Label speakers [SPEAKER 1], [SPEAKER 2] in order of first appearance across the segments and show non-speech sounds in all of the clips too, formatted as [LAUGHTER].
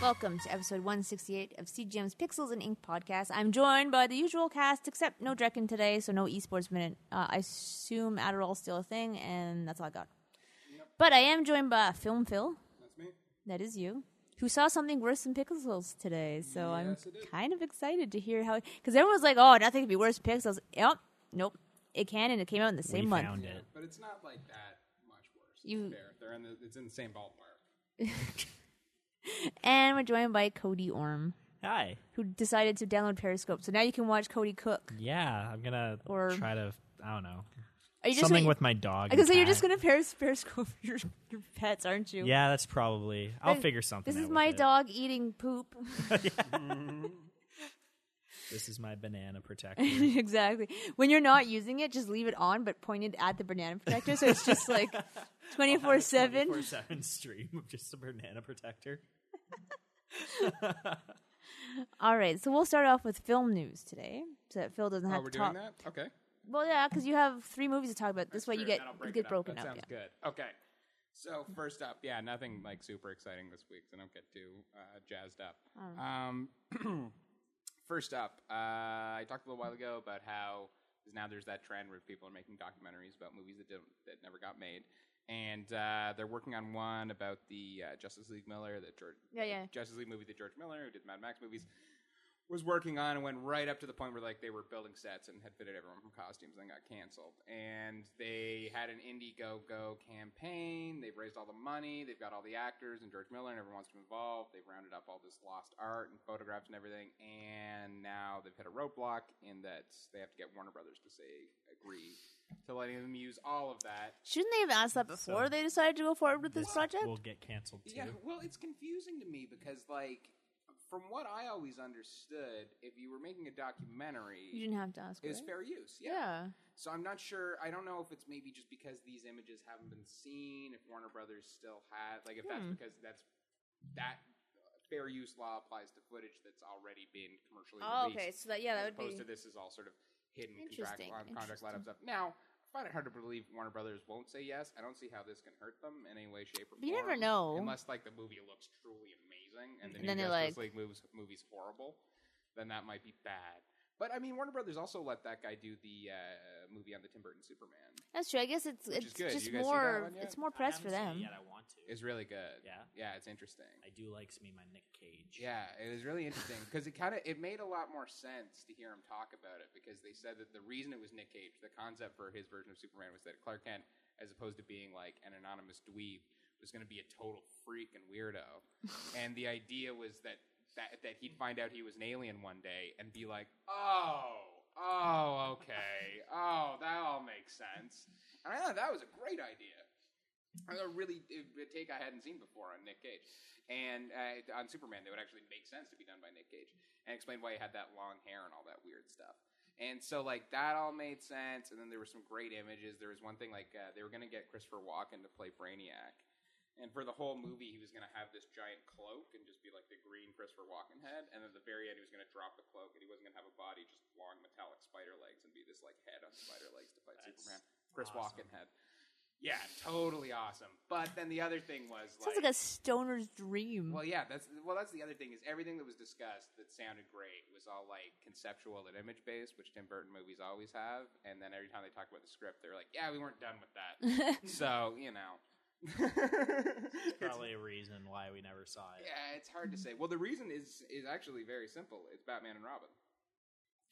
[SPEAKER 1] Welcome to episode 168 of CGM's Pixels and Ink podcast. I'm joined by the usual cast, except no Drekken today, so no esports minute. Uh, I assume Adderall's still a thing, and that's all I got. But I am joined by Film Phil.
[SPEAKER 2] That's me.
[SPEAKER 1] That is you. Who saw something worse than Pixels today? So I'm
[SPEAKER 2] Yes, I did.
[SPEAKER 1] kind of excited to hear how. Because everyone's like, "Oh, nothing could be worse than Pixels." Yep, nope, it can, and it came out in the same
[SPEAKER 3] we
[SPEAKER 1] month.
[SPEAKER 3] found it.
[SPEAKER 2] But it's not like that much worse. It's
[SPEAKER 1] You-
[SPEAKER 2] fair. They're in the, it's in the same ballpark.
[SPEAKER 1] And we're joined by Cody Orm,
[SPEAKER 3] Hi.
[SPEAKER 1] who decided to download Periscope. So now you can watch Cody cook.
[SPEAKER 3] Yeah, I'm gonna
[SPEAKER 1] Or-
[SPEAKER 3] try to. I don't know
[SPEAKER 1] Are you just
[SPEAKER 3] something
[SPEAKER 1] gonna,
[SPEAKER 3] with my dog.
[SPEAKER 1] I guess so
[SPEAKER 3] and
[SPEAKER 1] you're just
[SPEAKER 3] cat.
[SPEAKER 1] gonna pair Periscope [LAUGHS] your, your pets, aren't you?
[SPEAKER 3] Yeah, that's probably. I'll
[SPEAKER 1] This-
[SPEAKER 3] figure something.
[SPEAKER 1] This
[SPEAKER 3] out
[SPEAKER 1] is
[SPEAKER 3] with
[SPEAKER 1] my
[SPEAKER 3] it.
[SPEAKER 1] dog eating poop. [LAUGHS]
[SPEAKER 3] This is my
[SPEAKER 1] [LAUGHS]
[SPEAKER 3] banana protector.
[SPEAKER 1] exactly. When you're not using it, just leave it on, but pointed at the banana protector, so it's just
[SPEAKER 2] [LAUGHS]
[SPEAKER 1] like twenty four
[SPEAKER 3] [LAUGHS]
[SPEAKER 1] seven.
[SPEAKER 3] seven stream of just a banana protector.
[SPEAKER 1] All right, so we'll start off with film news today, so that Phil doesn't
[SPEAKER 2] Oh,
[SPEAKER 1] have
[SPEAKER 2] we're
[SPEAKER 1] to
[SPEAKER 2] doing
[SPEAKER 1] talk.
[SPEAKER 2] that? Okay.
[SPEAKER 1] Well, yeah, because you have three movies to talk about. This
[SPEAKER 2] That's
[SPEAKER 1] way,
[SPEAKER 2] true.
[SPEAKER 1] you get
[SPEAKER 2] That'll
[SPEAKER 1] you
[SPEAKER 2] break
[SPEAKER 1] get
[SPEAKER 2] it up.
[SPEAKER 1] broken
[SPEAKER 2] That
[SPEAKER 1] up.
[SPEAKER 2] sounds good. Okay. So first up, yeah, nothing like super exciting this week, so don't get too uh, jazzed up.
[SPEAKER 1] Oh.
[SPEAKER 2] Um, [CLEARS THROAT] first up, uh, I talked a little while ago about how 'cause now there's that trend where people are making documentaries about movies that didn't, that never got made, and uh, they're working on one about the uh, Justice League Miller, the George,
[SPEAKER 1] Yeah, yeah.
[SPEAKER 2] Justice League movie that George Miller, who did Mad Max movies, was working on and went right up to the point where like they were building sets and had fitted everyone from costumes and got canceled. And they had an Indiegogo campaign. They've raised all the money. They've got all the actors and George Miller and everyone wants to be involved. They've rounded up all this lost art and photographs and everything. And now they've hit a roadblock in that they have to get Warner Brothers to say agree to letting them use all of that.
[SPEAKER 1] Shouldn't they have asked that before
[SPEAKER 3] So-
[SPEAKER 1] they decided to go forward with this project?
[SPEAKER 3] will get canceled too.
[SPEAKER 2] Yeah, well, it's confusing to me because, like, from what I always understood, if you were making a documentary,
[SPEAKER 1] you didn't have to ask.
[SPEAKER 2] it was
[SPEAKER 1] right?
[SPEAKER 2] fair use. Yeah.
[SPEAKER 1] yeah.
[SPEAKER 2] So I'm not sure. I don't know if it's maybe just because these images haven't been seen, if Warner Brothers still had, like, if
[SPEAKER 1] Hmm.
[SPEAKER 2] that's because that's that fair use law applies to footage that's already been commercially
[SPEAKER 1] Oh,
[SPEAKER 2] released
[SPEAKER 1] okay. So that yeah,
[SPEAKER 2] as
[SPEAKER 1] that would
[SPEAKER 2] opposed
[SPEAKER 1] be
[SPEAKER 2] to this is all sort of hidden
[SPEAKER 1] Interesting,
[SPEAKER 2] contractual um, contract
[SPEAKER 1] interesting.
[SPEAKER 2] lineup stuff. Now, I find it hard to believe Warner Brothers won't say yes. I don't see how this can hurt them in any way, shape, or
[SPEAKER 1] But you never
[SPEAKER 2] form,
[SPEAKER 1] know.
[SPEAKER 2] Unless like the movie looks truly amazing and
[SPEAKER 1] And
[SPEAKER 2] the new
[SPEAKER 1] then they're
[SPEAKER 2] Justice
[SPEAKER 1] like-
[SPEAKER 2] League movies, movie's horrible, then that might be bad. But I mean, Warner Brothers also let that guy do the uh, movie on the Tim Burton Superman.
[SPEAKER 1] That's true. I guess it's
[SPEAKER 2] Which
[SPEAKER 1] it's
[SPEAKER 2] is good.
[SPEAKER 1] just
[SPEAKER 2] You guys see that
[SPEAKER 1] more
[SPEAKER 2] one yet?
[SPEAKER 1] it's more press for them.
[SPEAKER 3] Yet I want to.
[SPEAKER 2] It's really good.
[SPEAKER 3] Yeah?
[SPEAKER 2] yeah, it's interesting.
[SPEAKER 3] I do likes me my Nick Cage.
[SPEAKER 2] Yeah, it was really interesting because it kind of it made a lot more sense to hear him talk about it because they said that the reason it was Nick Cage, the concept for his version of Superman was that Clark Kent, as opposed to being like an anonymous dweeb, was going to be a total freak and weirdo, and the idea was that that that he'd find out he was an alien one day and be like, oh. Oh, okay. Oh, that all makes sense. And I thought that was a great idea a really a take I hadn't seen before on Nick Cage, and uh, on Superman that would actually make sense to be done by Nick Cage, and explain why he had that long hair and all that weird stuff. And so like that all made sense, and then there were some great images. There was one thing like uh, they were going to get Christopher Walken to play Brainiac, and for the whole movie he was going to have this giant cloak and just be like the green Christopher Walken head, and at the very end he was going to drop the cloak and he wasn't going to have a body, just long metallic spider legs and be this like head on spider legs to fight
[SPEAKER 3] That's
[SPEAKER 2] Superman. Chris
[SPEAKER 3] awesome.
[SPEAKER 2] Walken head. Yeah, totally awesome. But then the other thing was
[SPEAKER 1] Sounds like a stoner's dream. [LAUGHS]
[SPEAKER 2] well, [LAUGHS] yeah, that's well, that's the other thing is everything that was discussed that sounded great was all like conceptual and image based, which Tim Burton movies always have. And then every time they talked about the script, they were like, "Yeah, we weren't done with
[SPEAKER 1] [LAUGHS]
[SPEAKER 2] that." so you know, [LAUGHS] It's-
[SPEAKER 3] Probably a reason why we never saw it.
[SPEAKER 2] yeah, it's hard to say. Well, the reason is is actually very simple. It's Batman and Robin.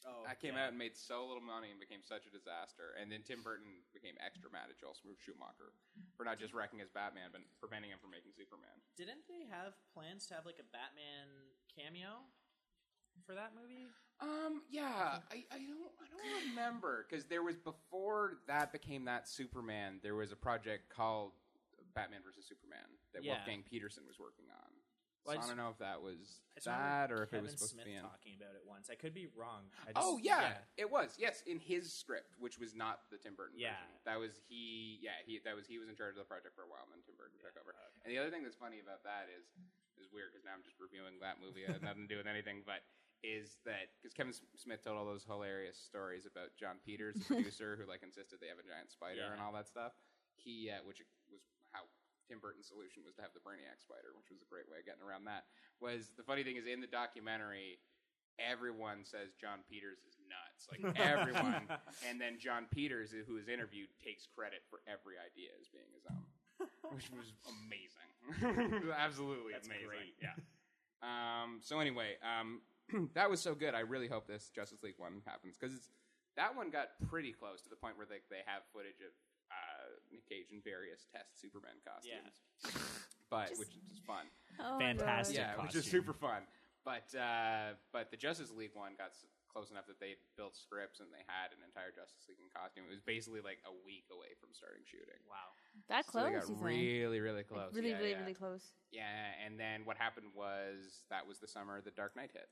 [SPEAKER 3] Oh,
[SPEAKER 2] I came
[SPEAKER 3] yeah.
[SPEAKER 2] out and made so little money and became such a disaster. And then Tim Burton became extra mad at Joel Schumacher for not just wrecking his Batman, but preventing him from making Superman.
[SPEAKER 3] Didn't they have plans to have like a Batman cameo for that movie?
[SPEAKER 2] Um, yeah, I, I don't I don't remember because there was before that became that Superman. There was a project called Batman versus Superman that
[SPEAKER 3] Yeah.
[SPEAKER 2] Wolfgang Peterson was working on.
[SPEAKER 3] Well, I
[SPEAKER 2] so I,
[SPEAKER 3] just-
[SPEAKER 2] don't know if that was
[SPEAKER 3] I just remember
[SPEAKER 2] that or if it
[SPEAKER 3] Kevin
[SPEAKER 2] was supposed
[SPEAKER 3] Smith
[SPEAKER 2] to be in.
[SPEAKER 3] talking about it once. I could be wrong. I just,
[SPEAKER 2] Oh yeah, it was. Yes, in his script, which was not the Tim Burton.
[SPEAKER 3] Yeah.
[SPEAKER 2] version. that was he. Yeah, he that was he was in charge of the project for a while, and then Tim Burton took over. And the other thing that's funny about that is is weird because now I'm just reviewing that movie. It had nothing to do with anything, but is that because Kevin S- Smith told all those hilarious stories about John Peters, the producer, who like insisted they have a giant spider
[SPEAKER 3] Yeah.
[SPEAKER 2] and all that stuff. He, uh, which was how Tim Burton's solution was to have the Brainiac spider, which was a great way of getting around that. was the funny thing is in the documentary, everyone says John Peters is nuts. [LAUGHS]
[SPEAKER 3] [LAUGHS]
[SPEAKER 2] Like everyone, and then John Peters, who is interviewed, takes credit for every idea as being his
[SPEAKER 3] [LAUGHS]
[SPEAKER 2] own, which was amazing. [LAUGHS] Absolutely
[SPEAKER 3] That's
[SPEAKER 2] amazing.
[SPEAKER 3] great.
[SPEAKER 2] Yeah. Um, so anyway, um, [CLEARS THROAT] that was so good. I really hope this Justice League one happens because it's that one got pretty close to the point where like they have footage of uh, Nick Cage in various test Superman costumes. But
[SPEAKER 1] Just-
[SPEAKER 2] which is fun
[SPEAKER 1] Oh,
[SPEAKER 4] Fantastic.
[SPEAKER 1] God.
[SPEAKER 2] yeah, which is
[SPEAKER 4] costume.
[SPEAKER 2] super fun. But uh, but the Justice League one got s- close enough that they built scripts and they had an entire Justice League in costume. It was basically like a week away from starting shooting.
[SPEAKER 3] Wow.
[SPEAKER 1] That
[SPEAKER 2] So
[SPEAKER 1] close,
[SPEAKER 2] they got
[SPEAKER 1] you think?
[SPEAKER 2] really, really
[SPEAKER 1] Like,
[SPEAKER 2] close.
[SPEAKER 1] really,
[SPEAKER 2] yeah,
[SPEAKER 1] really,
[SPEAKER 2] yeah.
[SPEAKER 1] really close.
[SPEAKER 2] Yeah, and then what happened was that was the summer the Dark Knight hit,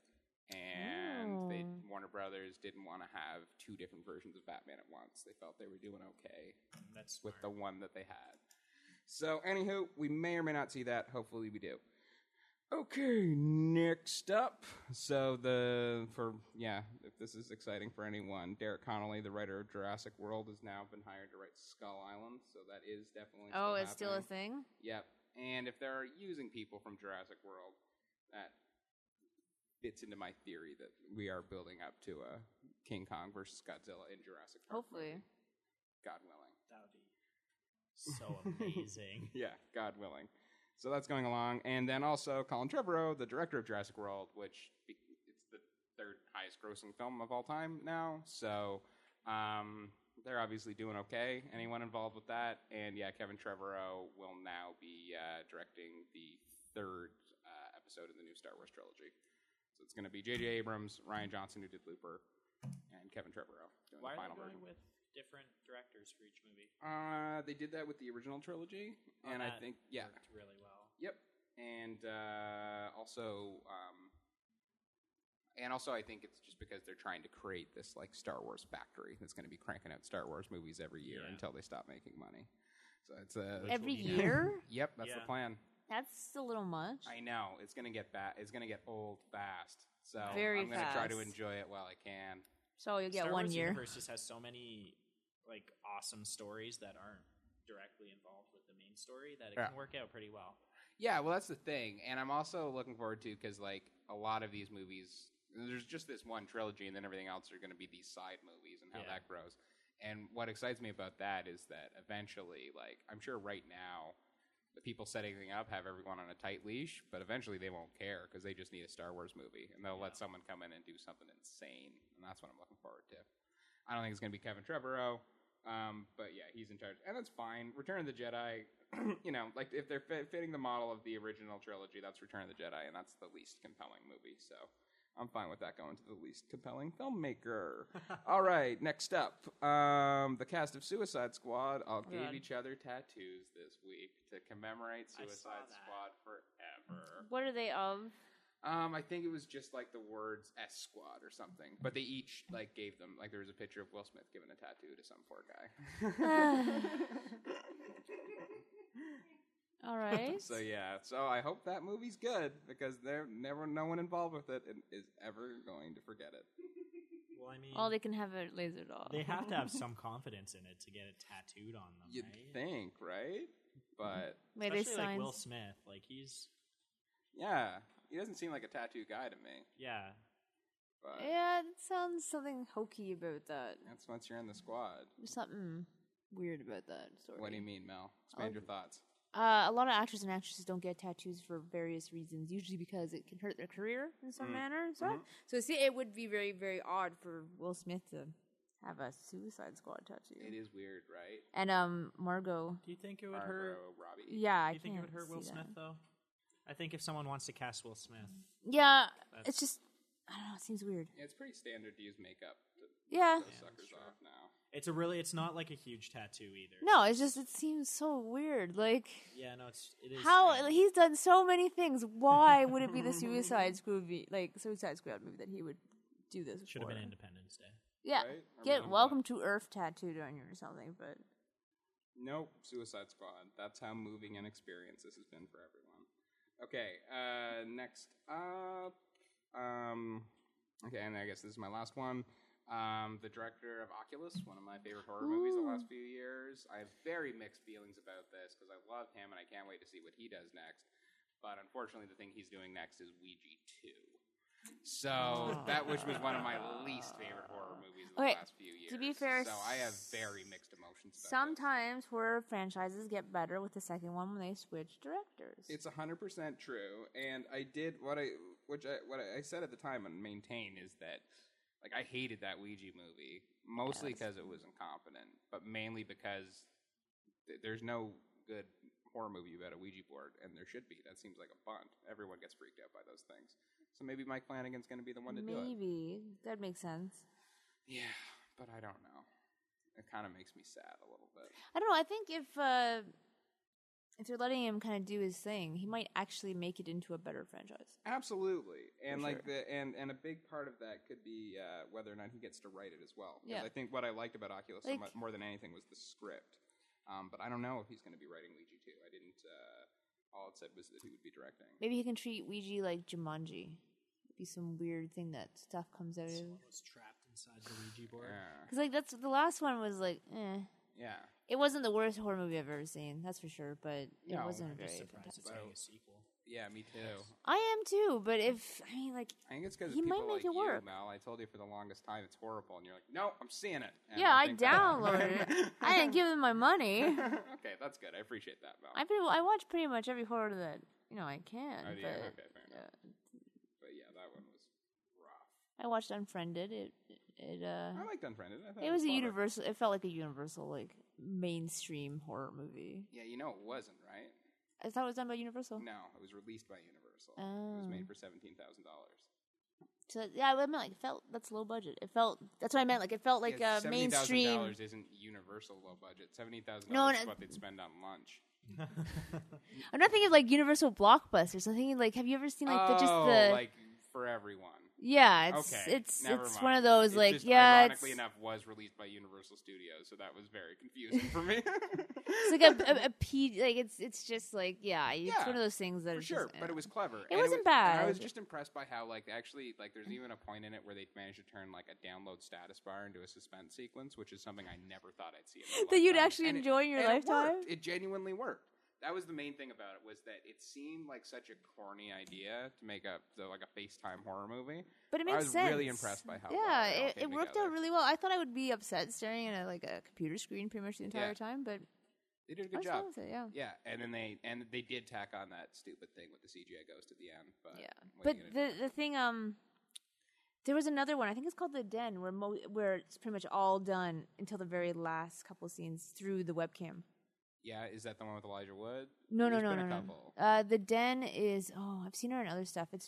[SPEAKER 2] and they,
[SPEAKER 1] Oh.
[SPEAKER 2] Warner Brothers didn't want to have two different versions of Batman at once. They felt they were doing okay
[SPEAKER 4] That's
[SPEAKER 2] with the one that they had. So, anywho, we may or may not see that. Hopefully, we do. Okay, next up. So the for yeah, if this is exciting for anyone, Derek Connolly, the writer of Jurassic World, has now been hired to write Skull Island. So that is definitely
[SPEAKER 1] Oh,
[SPEAKER 2] still
[SPEAKER 1] it's still a
[SPEAKER 2] happening.
[SPEAKER 1] thing.
[SPEAKER 2] Yep. And if they're using people from Jurassic World, that fits into my theory that we are building up to a King Kong versus Godzilla in Jurassic Park.
[SPEAKER 1] Hopefully.
[SPEAKER 2] movie. God willing.
[SPEAKER 3] That would be so
[SPEAKER 2] [LAUGHS]
[SPEAKER 3] amazing.
[SPEAKER 2] Yeah, God willing. So that's going along. And then also Colin Trevorrow, the director of Jurassic World, which be- it's the third highest grossing film of all time now. So um, they're obviously doing okay. Anyone involved with that? And yeah, Kevin Trevorrow will now be uh, directing the third uh, episode in the new Star Wars trilogy. So it's going to be J.J. Abrams, Ryan Johnson, who did Looper, and Kevin Trevorrow doing
[SPEAKER 3] Why
[SPEAKER 2] the
[SPEAKER 3] are
[SPEAKER 2] final
[SPEAKER 3] they going
[SPEAKER 2] version.
[SPEAKER 3] with different directors for each movie?
[SPEAKER 2] Uh, they did that with the original trilogy,
[SPEAKER 3] Oh,
[SPEAKER 2] and I
[SPEAKER 3] that
[SPEAKER 2] think yeah,
[SPEAKER 3] Worked really well.
[SPEAKER 2] Yep. And uh, also, um, and also, I think it's just because they're trying to create this like Star Wars factory that's going to be cranking out Star Wars movies every year
[SPEAKER 3] Yeah.
[SPEAKER 2] until they stop making money. So it's a
[SPEAKER 3] Which
[SPEAKER 1] Every
[SPEAKER 3] will be-
[SPEAKER 1] year?
[SPEAKER 2] Yep, that's the
[SPEAKER 3] Yeah.
[SPEAKER 2] plan.
[SPEAKER 1] That's a little much.
[SPEAKER 2] I know it's going to get bad. It's going to get old fast. So
[SPEAKER 1] Very
[SPEAKER 2] I'm going to try to
[SPEAKER 1] fast.
[SPEAKER 2] enjoy it while I can.
[SPEAKER 1] So you'll get
[SPEAKER 3] Star
[SPEAKER 1] one
[SPEAKER 3] Wars
[SPEAKER 1] year.
[SPEAKER 3] Universe just has so many like awesome stories that aren't directly involved with the main story that it
[SPEAKER 2] Yeah.
[SPEAKER 3] can work out pretty well.
[SPEAKER 2] Yeah, well, that's the thing, and I'm also looking forward to because like a lot of these movies, there's just this one trilogy, and then everything else are going to be these side movies and how
[SPEAKER 3] Yeah.
[SPEAKER 2] that grows. And what excites me about that is that eventually, like I'm sure right now, the people setting everything up have everyone on a tight leash, but eventually they won't care because they just need a Star Wars movie, and they'll let
[SPEAKER 3] Yeah.
[SPEAKER 2] someone come in and do something insane, and that's what I'm looking forward to. I don't think it's going to be Kevin Trevorrow. Um, but yeah, he's in charge, and that's fine. Return of the Jedi, [CLEARS THROAT] you know, like if they're fit, fitting the model of the original trilogy, that's Return of the Jedi, and that's the least compelling movie. So I'm fine with that going to the least compelling
[SPEAKER 3] [LAUGHS]
[SPEAKER 2] filmmaker. All right, next up, um, the cast of Suicide Squad all gave
[SPEAKER 1] God.
[SPEAKER 2] each other tattoos this week to commemorate
[SPEAKER 3] I saw
[SPEAKER 2] Suicide
[SPEAKER 3] that. Mm-hmm.
[SPEAKER 2] Squad forever.
[SPEAKER 1] What are they of?
[SPEAKER 2] Um, I think it was just like the words S Squad or something. But they each like gave them like there was a picture of Will Smith giving a tattoo to some poor
[SPEAKER 3] [LAUGHS]
[SPEAKER 2] [LAUGHS] guy.
[SPEAKER 1] All right.
[SPEAKER 2] [LAUGHS] so yeah, so I hope that movie's good because there never no one involved with it is ever going to forget it.
[SPEAKER 3] Well, I mean,
[SPEAKER 1] All they can have it lasered off.
[SPEAKER 3] they have
[SPEAKER 1] [LAUGHS]
[SPEAKER 3] to have some confidence in it to get it tattooed on them,
[SPEAKER 2] You'd
[SPEAKER 3] right?
[SPEAKER 2] think, right? Mm-hmm. But
[SPEAKER 1] Wait, they
[SPEAKER 3] Especially like
[SPEAKER 1] signs-
[SPEAKER 3] Will Smith, like he's
[SPEAKER 2] yeah, he doesn't seem like a tattoo guy to me.
[SPEAKER 3] yeah,
[SPEAKER 2] But
[SPEAKER 1] Yeah, it sounds something hokey about that.
[SPEAKER 2] that's once you're in the squad.
[SPEAKER 1] There's something weird about that story.
[SPEAKER 2] What do you mean, Mel? Expand
[SPEAKER 1] I'll-
[SPEAKER 2] your thoughts.
[SPEAKER 1] Uh, a lot of actors and actresses don't get tattoos for various reasons, usually because it can hurt their career in
[SPEAKER 2] Mm.
[SPEAKER 1] some manner. So,
[SPEAKER 2] Mm-hmm.
[SPEAKER 1] so see, it would be very, very odd for Will Smith to have a Suicide Squad
[SPEAKER 2] It
[SPEAKER 1] tattoo.
[SPEAKER 2] is weird, right?
[SPEAKER 1] And um, Margot.
[SPEAKER 3] do you think it would hurt?
[SPEAKER 2] Barbara Robbie.
[SPEAKER 1] Yeah, I
[SPEAKER 3] do you think it
[SPEAKER 1] can't
[SPEAKER 3] would hurt Will
[SPEAKER 1] see that.
[SPEAKER 3] Smith though? I think if someone wants to cast Will Smith,
[SPEAKER 1] Yeah,
[SPEAKER 3] That's-
[SPEAKER 1] it's just I don't know. It seems weird.
[SPEAKER 2] Yeah, it's pretty standard to use makeup to
[SPEAKER 1] Yeah.
[SPEAKER 2] those suckers off now.
[SPEAKER 3] it's a really it's not like a huge tattoo either.
[SPEAKER 1] No, it's just it seems so weird. Like
[SPEAKER 3] Yeah, no, it's it is
[SPEAKER 1] how
[SPEAKER 3] strange.
[SPEAKER 1] like, he's done so many things. Why would it be
[SPEAKER 2] [LAUGHS]
[SPEAKER 1] the Suicide Squad movie, like Suicide Squad movie, that he would do this?
[SPEAKER 3] should have
[SPEAKER 1] for?
[SPEAKER 3] been Independence Day.
[SPEAKER 1] Yeah,
[SPEAKER 2] right? Or
[SPEAKER 1] get
[SPEAKER 2] Moonwalk.
[SPEAKER 1] Welcome to Earth tattooed on you or something. But
[SPEAKER 2] Nope, Suicide Squad. That's how moving an experience this has been for everyone. Okay, uh, next up. Um, okay, and I guess this is my last one. Um, the director of Oculus, one of my favorite horror movies the last few years. I have very mixed feelings about this because I love him and I can't wait to see what he does next. But unfortunately, the thing he's doing next is Ouija 2. So
[SPEAKER 1] [LAUGHS]
[SPEAKER 2] that which was one of my least favorite horror movies of the
[SPEAKER 1] Okay,
[SPEAKER 2] last few years.
[SPEAKER 1] to be fair,
[SPEAKER 2] so I have very mixed emotions. About this.
[SPEAKER 1] Sometimes horror franchises get better with the second one when they switch directors.
[SPEAKER 2] It's hundred percent true, and I did what I, which I, what I said at the time and maintain is that, like, I hated that Ouija movie mostly because it was incompetent, but mainly because th- there's no good horror movie about a Ouija board, and there should be. That seems like a bunt. Everyone gets freaked out by those things, so maybe Mike Flanagan's going to be the one to do it.
[SPEAKER 1] Maybe that makes sense.
[SPEAKER 2] Yeah, but I don't know. It kind of makes me sad a little bit.
[SPEAKER 1] I don't know. I think if uh, if they're letting him kind of do his thing, he might actually make it into a better franchise.
[SPEAKER 2] Absolutely, and like the and and a big part of that could be uh, whether or not he gets to write it as well. 'Cause
[SPEAKER 1] Yeah.
[SPEAKER 2] I think what I liked about Oculus so
[SPEAKER 1] Like-
[SPEAKER 2] much, more than anything was the script. Um, but I don't know if he's going to be writing Ouija two. I didn't. Uh, all it said was that he would be directing.
[SPEAKER 1] Maybe he can treat Ouija like Jumanji. It'd be some weird thing that stuff comes out of.
[SPEAKER 3] Someone was trapped inside the Ouija board.
[SPEAKER 2] Yeah,
[SPEAKER 1] Because like that's the last one was like, eh.
[SPEAKER 2] yeah.
[SPEAKER 1] It wasn't the worst horror movie I've ever seen, that's for sure. But it
[SPEAKER 2] No,
[SPEAKER 1] wasn't
[SPEAKER 2] I'm
[SPEAKER 1] very.
[SPEAKER 3] Surprised it's getting
[SPEAKER 1] [LAUGHS]
[SPEAKER 3] a sequel.
[SPEAKER 2] Yeah, me too.
[SPEAKER 1] I am too, but if I mean like,
[SPEAKER 2] I think it's because
[SPEAKER 1] He
[SPEAKER 2] people
[SPEAKER 1] might make
[SPEAKER 2] like
[SPEAKER 1] it
[SPEAKER 2] you,
[SPEAKER 1] work.
[SPEAKER 2] Mel. I told you for the longest time it's horrible, and you're like, "No, I'm seeing it." And
[SPEAKER 1] yeah, I
[SPEAKER 2] think that-
[SPEAKER 1] downloaded it. I didn't give them my [LAUGHS] money.
[SPEAKER 2] [LAUGHS] okay, that's good. I appreciate that, Mel.
[SPEAKER 1] I pretty, I watch pretty much every horror that you know I can.
[SPEAKER 2] Oh,
[SPEAKER 1] but
[SPEAKER 2] yeah, okay, fair enough.
[SPEAKER 1] uh,
[SPEAKER 2] But yeah, that one was rough.
[SPEAKER 1] I watched Unfriended. It it uh
[SPEAKER 2] I liked Unfriended. I thought
[SPEAKER 1] it was a
[SPEAKER 2] clever.
[SPEAKER 1] universal. It felt like a universal like mainstream horror movie.
[SPEAKER 2] Yeah, you know it wasn't right.
[SPEAKER 1] I thought it was done by Universal.
[SPEAKER 2] No, it was released by Universal. It
[SPEAKER 1] Oh.
[SPEAKER 2] was made for seventeen thousand dollars.
[SPEAKER 1] So yeah, I meant like it felt that's low budget. It felt that's what I meant. Like it felt like a mainstream.
[SPEAKER 2] dollars isn't Universal low budget. Seventeen thousand
[SPEAKER 1] No,
[SPEAKER 2] dollars
[SPEAKER 1] no.
[SPEAKER 2] is what they'd spend on lunch.
[SPEAKER 1] I'm not thinking of, like Universal blockbusters. I'm thinking like have you ever seen like the, just
[SPEAKER 2] oh,
[SPEAKER 1] the
[SPEAKER 2] like for everyone.
[SPEAKER 1] yeah it's
[SPEAKER 2] Okay,
[SPEAKER 1] it's
[SPEAKER 2] never
[SPEAKER 1] it's
[SPEAKER 2] mind.
[SPEAKER 1] one of those
[SPEAKER 2] It
[SPEAKER 1] like
[SPEAKER 2] just,
[SPEAKER 1] yeah it's,
[SPEAKER 2] Ironically enough, was released by Universal Studios, so that was very confusing for me.
[SPEAKER 1] [LAUGHS] it's like a, a, a P like it's it's just like yeah it's
[SPEAKER 2] Yeah,
[SPEAKER 1] one of those things that
[SPEAKER 2] for
[SPEAKER 1] it's
[SPEAKER 2] sure,
[SPEAKER 1] just, eh.
[SPEAKER 2] but
[SPEAKER 1] [LAUGHS]
[SPEAKER 2] it was clever. and
[SPEAKER 1] wasn't
[SPEAKER 2] was- and
[SPEAKER 1] bad.
[SPEAKER 2] I was just impressed by how, like, actually, like, there's even a point in it where they managed to turn like a download status bar into a suspense sequence, which is something I never thought I'd see. In my
[SPEAKER 1] [LAUGHS] That you'd
[SPEAKER 2] lifetime.
[SPEAKER 1] actually
[SPEAKER 2] And
[SPEAKER 1] enjoy in your
[SPEAKER 2] and it
[SPEAKER 1] lifetime?
[SPEAKER 2] worked. It genuinely worked. That was the main thing about it was that it seemed like such a corny idea to make up so like a FaceTime horror movie.
[SPEAKER 1] But it
[SPEAKER 2] I
[SPEAKER 1] makes
[SPEAKER 2] was
[SPEAKER 1] sense.
[SPEAKER 2] really impressed by how well
[SPEAKER 1] yeah,
[SPEAKER 2] they all
[SPEAKER 1] it,
[SPEAKER 2] came
[SPEAKER 1] it worked
[SPEAKER 2] together.
[SPEAKER 1] out really well. I thought I would be upset staring at a, like a computer screen pretty much the entire
[SPEAKER 2] Yeah.
[SPEAKER 1] time, but
[SPEAKER 2] They did a
[SPEAKER 1] I
[SPEAKER 2] good
[SPEAKER 1] was
[SPEAKER 2] job.
[SPEAKER 1] fine with it. Yeah,
[SPEAKER 2] Yeah, and then they and they did tack on that stupid thing with the CGI ghost at the end. But
[SPEAKER 1] yeah.
[SPEAKER 2] what are
[SPEAKER 1] But
[SPEAKER 2] you gonna do?
[SPEAKER 1] the the thing, um, there was another one. I think it's called the Den, where mo- where it's pretty much all done until the very last couple scenes through the webcam.
[SPEAKER 2] yeah, is that the one with Elijah Wood?
[SPEAKER 1] No, no,
[SPEAKER 2] There's
[SPEAKER 1] no,
[SPEAKER 2] been
[SPEAKER 1] no,
[SPEAKER 2] a
[SPEAKER 1] no.
[SPEAKER 2] couple.
[SPEAKER 1] Uh, the Den is oh, I've seen her in other stuff. It's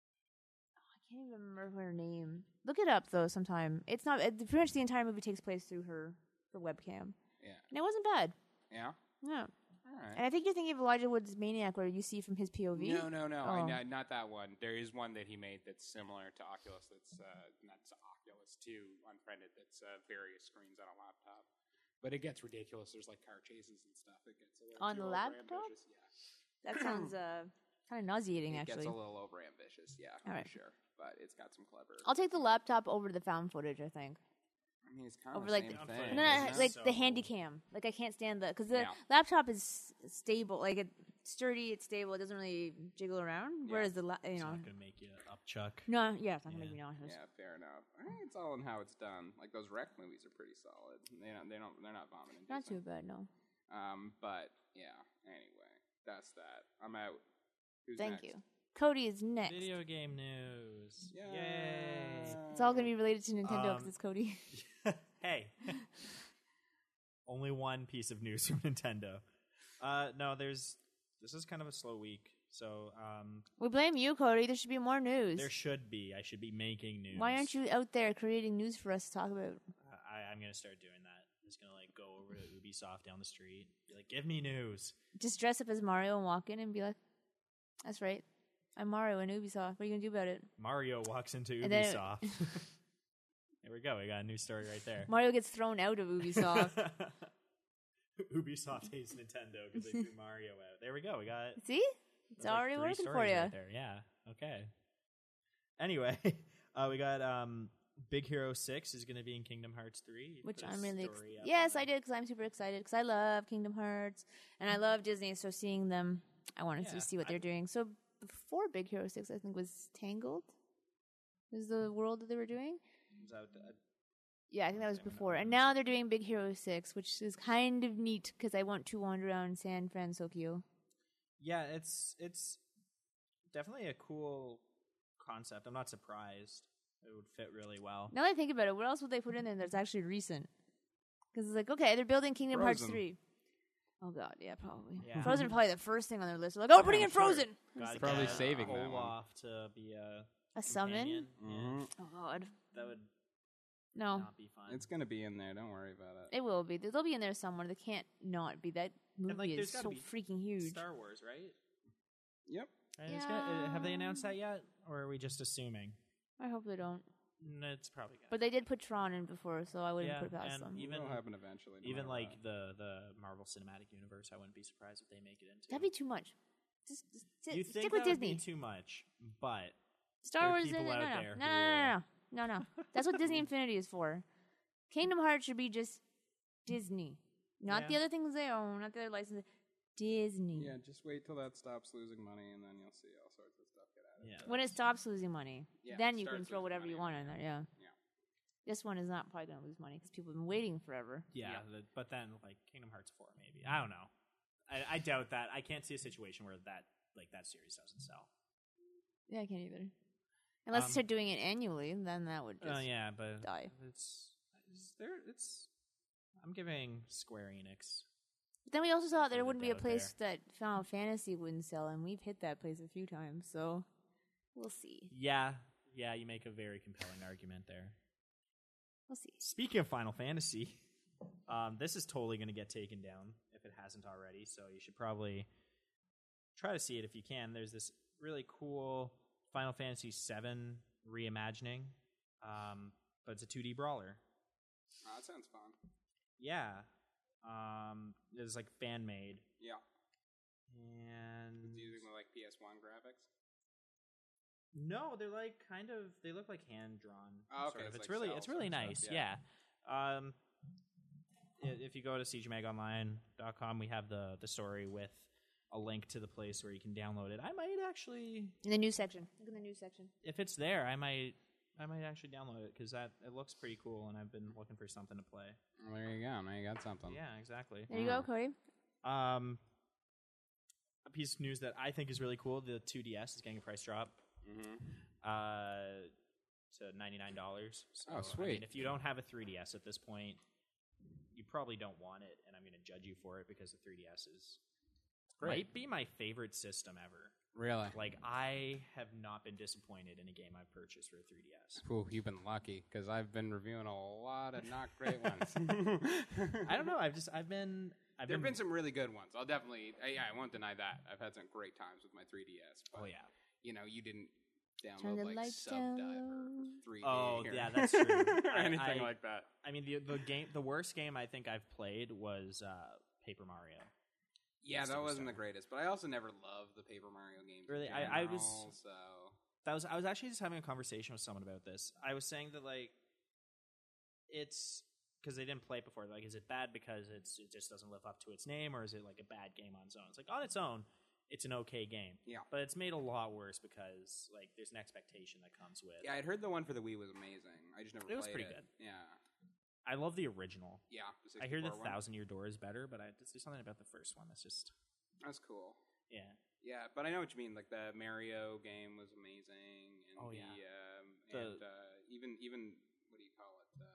[SPEAKER 1] oh, I can't even remember her name. Look it up though. Sometime it's not. It, pretty much the entire movie takes place through her her webcam,
[SPEAKER 2] Yeah,
[SPEAKER 1] and it wasn't bad.
[SPEAKER 2] yeah.
[SPEAKER 1] Yeah.
[SPEAKER 2] All right.
[SPEAKER 1] And I think you're thinking of Elijah Wood's Maniac, where you see from his POV.
[SPEAKER 2] No, no, no. I-
[SPEAKER 1] Oh.
[SPEAKER 2] no, not that one. There is one that he made that's similar to Oculus. That's uh, not to Oculus Two, unfriended. That's uh, various screens on a laptop. But it gets ridiculous. There's like car chases and stuff. It gets a little
[SPEAKER 1] On
[SPEAKER 2] too
[SPEAKER 1] the laptop?
[SPEAKER 2] overambitious. Yeah,
[SPEAKER 1] That sounds uh, kind of nauseating,
[SPEAKER 2] it
[SPEAKER 1] actually.
[SPEAKER 2] gets a little over ambitious. Yeah,
[SPEAKER 1] All
[SPEAKER 2] for
[SPEAKER 1] right.
[SPEAKER 2] sure. But it's got some clever.
[SPEAKER 1] I'll take the laptop over the found footage. I think
[SPEAKER 2] I mean, it's kind
[SPEAKER 1] over
[SPEAKER 2] of
[SPEAKER 1] like
[SPEAKER 2] the same
[SPEAKER 1] the,
[SPEAKER 2] thing.
[SPEAKER 1] no, no,
[SPEAKER 2] isn't it?
[SPEAKER 1] like the
[SPEAKER 3] So-
[SPEAKER 1] handy cam. Like I can't stand the because the
[SPEAKER 2] Yeah.
[SPEAKER 1] laptop is stable, like it's sturdy, it's stable, it doesn't really jiggle around.
[SPEAKER 2] Yeah.
[SPEAKER 1] Whereas the la- you
[SPEAKER 3] It's
[SPEAKER 1] know,
[SPEAKER 3] not gonna make you up, Chuck.
[SPEAKER 1] no, yeah, it's not gonna
[SPEAKER 3] Yeah.
[SPEAKER 1] make me nauseous.
[SPEAKER 2] Yeah, fair enough. I think it's all in how it's done. Like those rec movies are pretty solid. They don't, they don't, they're not vomiting.
[SPEAKER 1] Not too bad, no.
[SPEAKER 2] Um, but yeah. Anyway, that's that. I'm out. Who's
[SPEAKER 1] Thank
[SPEAKER 2] next?
[SPEAKER 1] you. Cody is next.
[SPEAKER 3] Video game news.
[SPEAKER 1] It's all gonna be related to Nintendo because
[SPEAKER 3] Um,
[SPEAKER 1] it's Cody.
[SPEAKER 3] Yay! [LAUGHS] hey. Only one piece of news [LAUGHS] from Nintendo. Uh, no, there's. This is kind of a slow week, so um,
[SPEAKER 1] [LAUGHS] We blame you, Cody. There should be more news.
[SPEAKER 3] there should be. I should be making news.
[SPEAKER 1] Why aren't you out there creating news for us to talk about?
[SPEAKER 3] I, I'm gonna start doing that. I'm just gonna like go over to Ubisoft down the street. Be like, give me news.
[SPEAKER 1] Just dress up as Mario and walk in and be like, "That's right, I'm Mario and Ubisoft. What are you gonna do about it?"
[SPEAKER 3] [LAUGHS] Mario walks into
[SPEAKER 1] And then- [LAUGHS]
[SPEAKER 3] Ubisoft. [LAUGHS] there we go. We got a new story right there.
[SPEAKER 1] Mario gets thrown out of
[SPEAKER 3] [LAUGHS]
[SPEAKER 1] Ubisoft.
[SPEAKER 3] Ubisoft hates Nintendo because they
[SPEAKER 1] [LAUGHS]
[SPEAKER 3] threw Mario out. There we go. We got
[SPEAKER 1] See, it's
[SPEAKER 3] That's like
[SPEAKER 1] already
[SPEAKER 3] three
[SPEAKER 1] working for
[SPEAKER 3] stories
[SPEAKER 1] you.
[SPEAKER 3] right there. Yeah. Okay. [LAUGHS] Anyway, [LAUGHS] uh, we got um, Big Hero Six is going to be in Kingdom Hearts Three, You
[SPEAKER 1] which
[SPEAKER 3] put a
[SPEAKER 1] I'm really ex-
[SPEAKER 3] story up
[SPEAKER 1] yes,
[SPEAKER 3] on
[SPEAKER 1] I
[SPEAKER 3] it.
[SPEAKER 1] did because I'm super excited because I love Kingdom Hearts and I love Disney. So seeing them I wanted
[SPEAKER 3] Yeah,
[SPEAKER 1] to see what
[SPEAKER 3] I-
[SPEAKER 1] they're doing. So before Big Hero Six, I think was Tangled. Was the world that they were doing?
[SPEAKER 3] Is that what the-
[SPEAKER 1] Yeah, I think that was
[SPEAKER 3] Same with
[SPEAKER 1] before.
[SPEAKER 3] that
[SPEAKER 1] And now they're doing Big Hero Six, which is kind of neat because I want to wander around San Francisco.
[SPEAKER 3] yeah, it's it's definitely a cool concept. I'm not surprised. It would fit really well.
[SPEAKER 1] Now that I think about it, what else would they put in there that's actually recent? Because it's like, okay, they're building Kingdom Hearts
[SPEAKER 2] Frozen.
[SPEAKER 1] three. Oh god, yeah, probably.
[SPEAKER 3] Yeah.
[SPEAKER 1] Frozen probably the first thing on their list. They're like, oh, we're
[SPEAKER 3] Yeah,
[SPEAKER 1] putting in
[SPEAKER 3] I'm sure.
[SPEAKER 1] Frozen.
[SPEAKER 3] Gotta
[SPEAKER 2] Probably
[SPEAKER 3] get
[SPEAKER 2] saving that one.
[SPEAKER 3] Olaf to be a
[SPEAKER 1] A summon?
[SPEAKER 3] companion. Yeah,
[SPEAKER 2] Mhm.
[SPEAKER 1] Oh god,
[SPEAKER 3] that would
[SPEAKER 1] no.
[SPEAKER 3] not be fun.
[SPEAKER 2] It's gonna be in there. Don't worry about it.
[SPEAKER 1] It will be. They'll be in there somewhere. They can't not be. That movie
[SPEAKER 3] like,
[SPEAKER 1] is
[SPEAKER 3] there's gotta
[SPEAKER 1] so
[SPEAKER 3] be
[SPEAKER 1] freaking huge.
[SPEAKER 3] Star Wars, right?
[SPEAKER 2] Yep.
[SPEAKER 3] Right, it's gonna- uh, have they
[SPEAKER 1] Yeah.
[SPEAKER 3] announced that yet, or are we just assuming?
[SPEAKER 1] I hope they don't.
[SPEAKER 3] No, it's probably gonna.
[SPEAKER 1] But they did put Tron in before, so I wouldn't
[SPEAKER 3] Yeah,
[SPEAKER 1] put it past
[SPEAKER 3] and
[SPEAKER 1] them.
[SPEAKER 3] Even-
[SPEAKER 2] It'll happen eventually. no
[SPEAKER 3] even
[SPEAKER 2] matter
[SPEAKER 3] like
[SPEAKER 2] what.
[SPEAKER 3] the the Marvel Cinematic Universe, I wouldn't be surprised if they make it into.
[SPEAKER 1] That'd be too much. Just, just
[SPEAKER 3] you
[SPEAKER 1] stick
[SPEAKER 3] think
[SPEAKER 1] with
[SPEAKER 3] that would
[SPEAKER 1] Disney.
[SPEAKER 3] be too much, but there
[SPEAKER 1] Star
[SPEAKER 3] are
[SPEAKER 1] Wars.
[SPEAKER 3] people
[SPEAKER 1] isn't-
[SPEAKER 3] out
[SPEAKER 1] no, no,
[SPEAKER 3] there
[SPEAKER 1] no, no,
[SPEAKER 3] who
[SPEAKER 1] no, no, no, no. That's what
[SPEAKER 3] [LAUGHS]
[SPEAKER 1] Disney Infinity is for. Kingdom Hearts should be just Disney, not the
[SPEAKER 3] Yeah.
[SPEAKER 1] other things they own, not the other licenses. Disney.
[SPEAKER 2] Yeah, just wait till that stops losing money, and then you'll see all sorts of stuff get added.
[SPEAKER 3] yeah,
[SPEAKER 1] When it stops losing money,
[SPEAKER 2] Yeah,
[SPEAKER 1] then you
[SPEAKER 2] starts
[SPEAKER 1] can throw
[SPEAKER 2] losing
[SPEAKER 1] whatever you want
[SPEAKER 2] money,
[SPEAKER 1] in there. Yeah.
[SPEAKER 2] Yeah.
[SPEAKER 1] This one is not probably going to lose money because people have been waiting forever.
[SPEAKER 3] yeah.
[SPEAKER 2] Yeah.
[SPEAKER 3] the- but then like Kingdom Hearts four, maybe I don't know. I, I doubt that. I can't see a situation where that like that series doesn't sell.
[SPEAKER 1] Yeah, I can't either. Unless
[SPEAKER 3] Um,
[SPEAKER 1] you start doing it annually, then that would
[SPEAKER 2] uh,
[SPEAKER 1] just.
[SPEAKER 3] Oh yeah, but
[SPEAKER 1] die.
[SPEAKER 3] It's, it's there. It's I'm giving Square Enix.
[SPEAKER 1] But then we also saw that
[SPEAKER 3] Put
[SPEAKER 1] there
[SPEAKER 3] it
[SPEAKER 1] wouldn't be a
[SPEAKER 3] out
[SPEAKER 1] place that Final Fantasy wouldn't sell, and we've hit that place a few times, so we'll see.
[SPEAKER 3] Yeah, yeah. You make a very compelling argument there.
[SPEAKER 1] We'll see.
[SPEAKER 3] Speaking of Final Fantasy, um, this is totally going to get taken down if it hasn't already. So you should probably try to see it if you can. There's this really cool Final Fantasy VII reimagining, um, but it's a 2D brawler.
[SPEAKER 2] Oh, that sounds fun.
[SPEAKER 3] Yeah, um, it's like fan made,
[SPEAKER 2] Yeah,
[SPEAKER 3] and
[SPEAKER 2] it's using the like PS1 graphics.
[SPEAKER 3] No, they're like kind of. They look like hand drawn.
[SPEAKER 2] Oh,
[SPEAKER 3] sort
[SPEAKER 2] okay,
[SPEAKER 3] of.
[SPEAKER 2] it's
[SPEAKER 3] It's
[SPEAKER 2] like
[SPEAKER 3] really,
[SPEAKER 2] cells
[SPEAKER 3] it's really
[SPEAKER 2] and stuff,
[SPEAKER 3] nice. yeah.
[SPEAKER 2] yeah.
[SPEAKER 3] Um, i- if you go to siegemegonline.com, we have the the story with a link to the place where you can download it. I might actually,
[SPEAKER 1] In the news section. Look in the news section.
[SPEAKER 3] if it's there, I might, I might actually download it because that it looks pretty cool, and I've been looking for something to play.
[SPEAKER 2] Well, there you go. Now you got something.
[SPEAKER 3] Yeah, exactly.
[SPEAKER 1] There you go,
[SPEAKER 2] Mm.
[SPEAKER 1] Cody.
[SPEAKER 3] Um, a piece of news that I think is really cool: the 2DS is getting a price drop.
[SPEAKER 2] Mm-hmm.
[SPEAKER 3] uh, to ninety nine dollars. So,
[SPEAKER 2] Oh,
[SPEAKER 3] I mean,
[SPEAKER 2] sweet.
[SPEAKER 3] if you don't have a 3DS at this point, you probably don't want it, and I'm going to judge you for it because the 3DS is might be my favorite system ever.
[SPEAKER 2] Really?
[SPEAKER 3] Like I have not been disappointed in a game I've purchased for a 3DS.
[SPEAKER 2] Ooh, you've been lucky because I've been reviewing a lot of not great ones.
[SPEAKER 3] [LAUGHS] I don't know. I've just I've been I've
[SPEAKER 2] There have been some really good ones. I'll definitely, I, yeah, I won't deny that. I've had some great times with my 3DS. But,
[SPEAKER 3] oh yeah
[SPEAKER 2] You know, you didn't
[SPEAKER 1] Turn
[SPEAKER 2] download
[SPEAKER 1] the
[SPEAKER 2] like
[SPEAKER 1] lights
[SPEAKER 2] Subdiver
[SPEAKER 1] down.
[SPEAKER 2] 3D.
[SPEAKER 3] oh
[SPEAKER 2] or- [LAUGHS]
[SPEAKER 3] yeah that's true.
[SPEAKER 2] or
[SPEAKER 3] I-
[SPEAKER 2] anything
[SPEAKER 3] I-
[SPEAKER 2] like that.
[SPEAKER 3] I mean the the game the worst game I think I've played was uh, Paper Mario.
[SPEAKER 2] Yeah,
[SPEAKER 3] It's
[SPEAKER 2] that
[SPEAKER 3] still
[SPEAKER 2] wasn't the
[SPEAKER 3] somewhere.
[SPEAKER 2] greatest. But I also never loved the Paper Mario games. in
[SPEAKER 3] Really? I- I was-
[SPEAKER 2] general, So.
[SPEAKER 3] that was I was actually just having a conversation with someone about this. I was saying that like it's because they didn't play it before. Like, is it bad because it's it just doesn't live up to its name, or is it like a bad game on its own? It's like on its own, it's an okay game.
[SPEAKER 2] Yeah.
[SPEAKER 3] but it's made a lot worse because like there's an expectation that comes with.
[SPEAKER 2] Yeah, I'd heard the one for the Wii was amazing. I just never
[SPEAKER 3] It was
[SPEAKER 2] played
[SPEAKER 3] pretty
[SPEAKER 2] it.
[SPEAKER 3] good.
[SPEAKER 2] Yeah.
[SPEAKER 3] I love the original.
[SPEAKER 2] Yeah.
[SPEAKER 3] I
[SPEAKER 2] the
[SPEAKER 3] hear the
[SPEAKER 2] 64 one.
[SPEAKER 3] Thousand Year Door is better, but I, there's something about the first one that's just
[SPEAKER 2] That's cool.
[SPEAKER 3] yeah.
[SPEAKER 2] Yeah, but I know what you mean. Like the Mario game was amazing, and
[SPEAKER 3] Oh,
[SPEAKER 2] the,
[SPEAKER 3] yeah.
[SPEAKER 2] um,
[SPEAKER 3] The-
[SPEAKER 2] and uh, even even what do you call it? The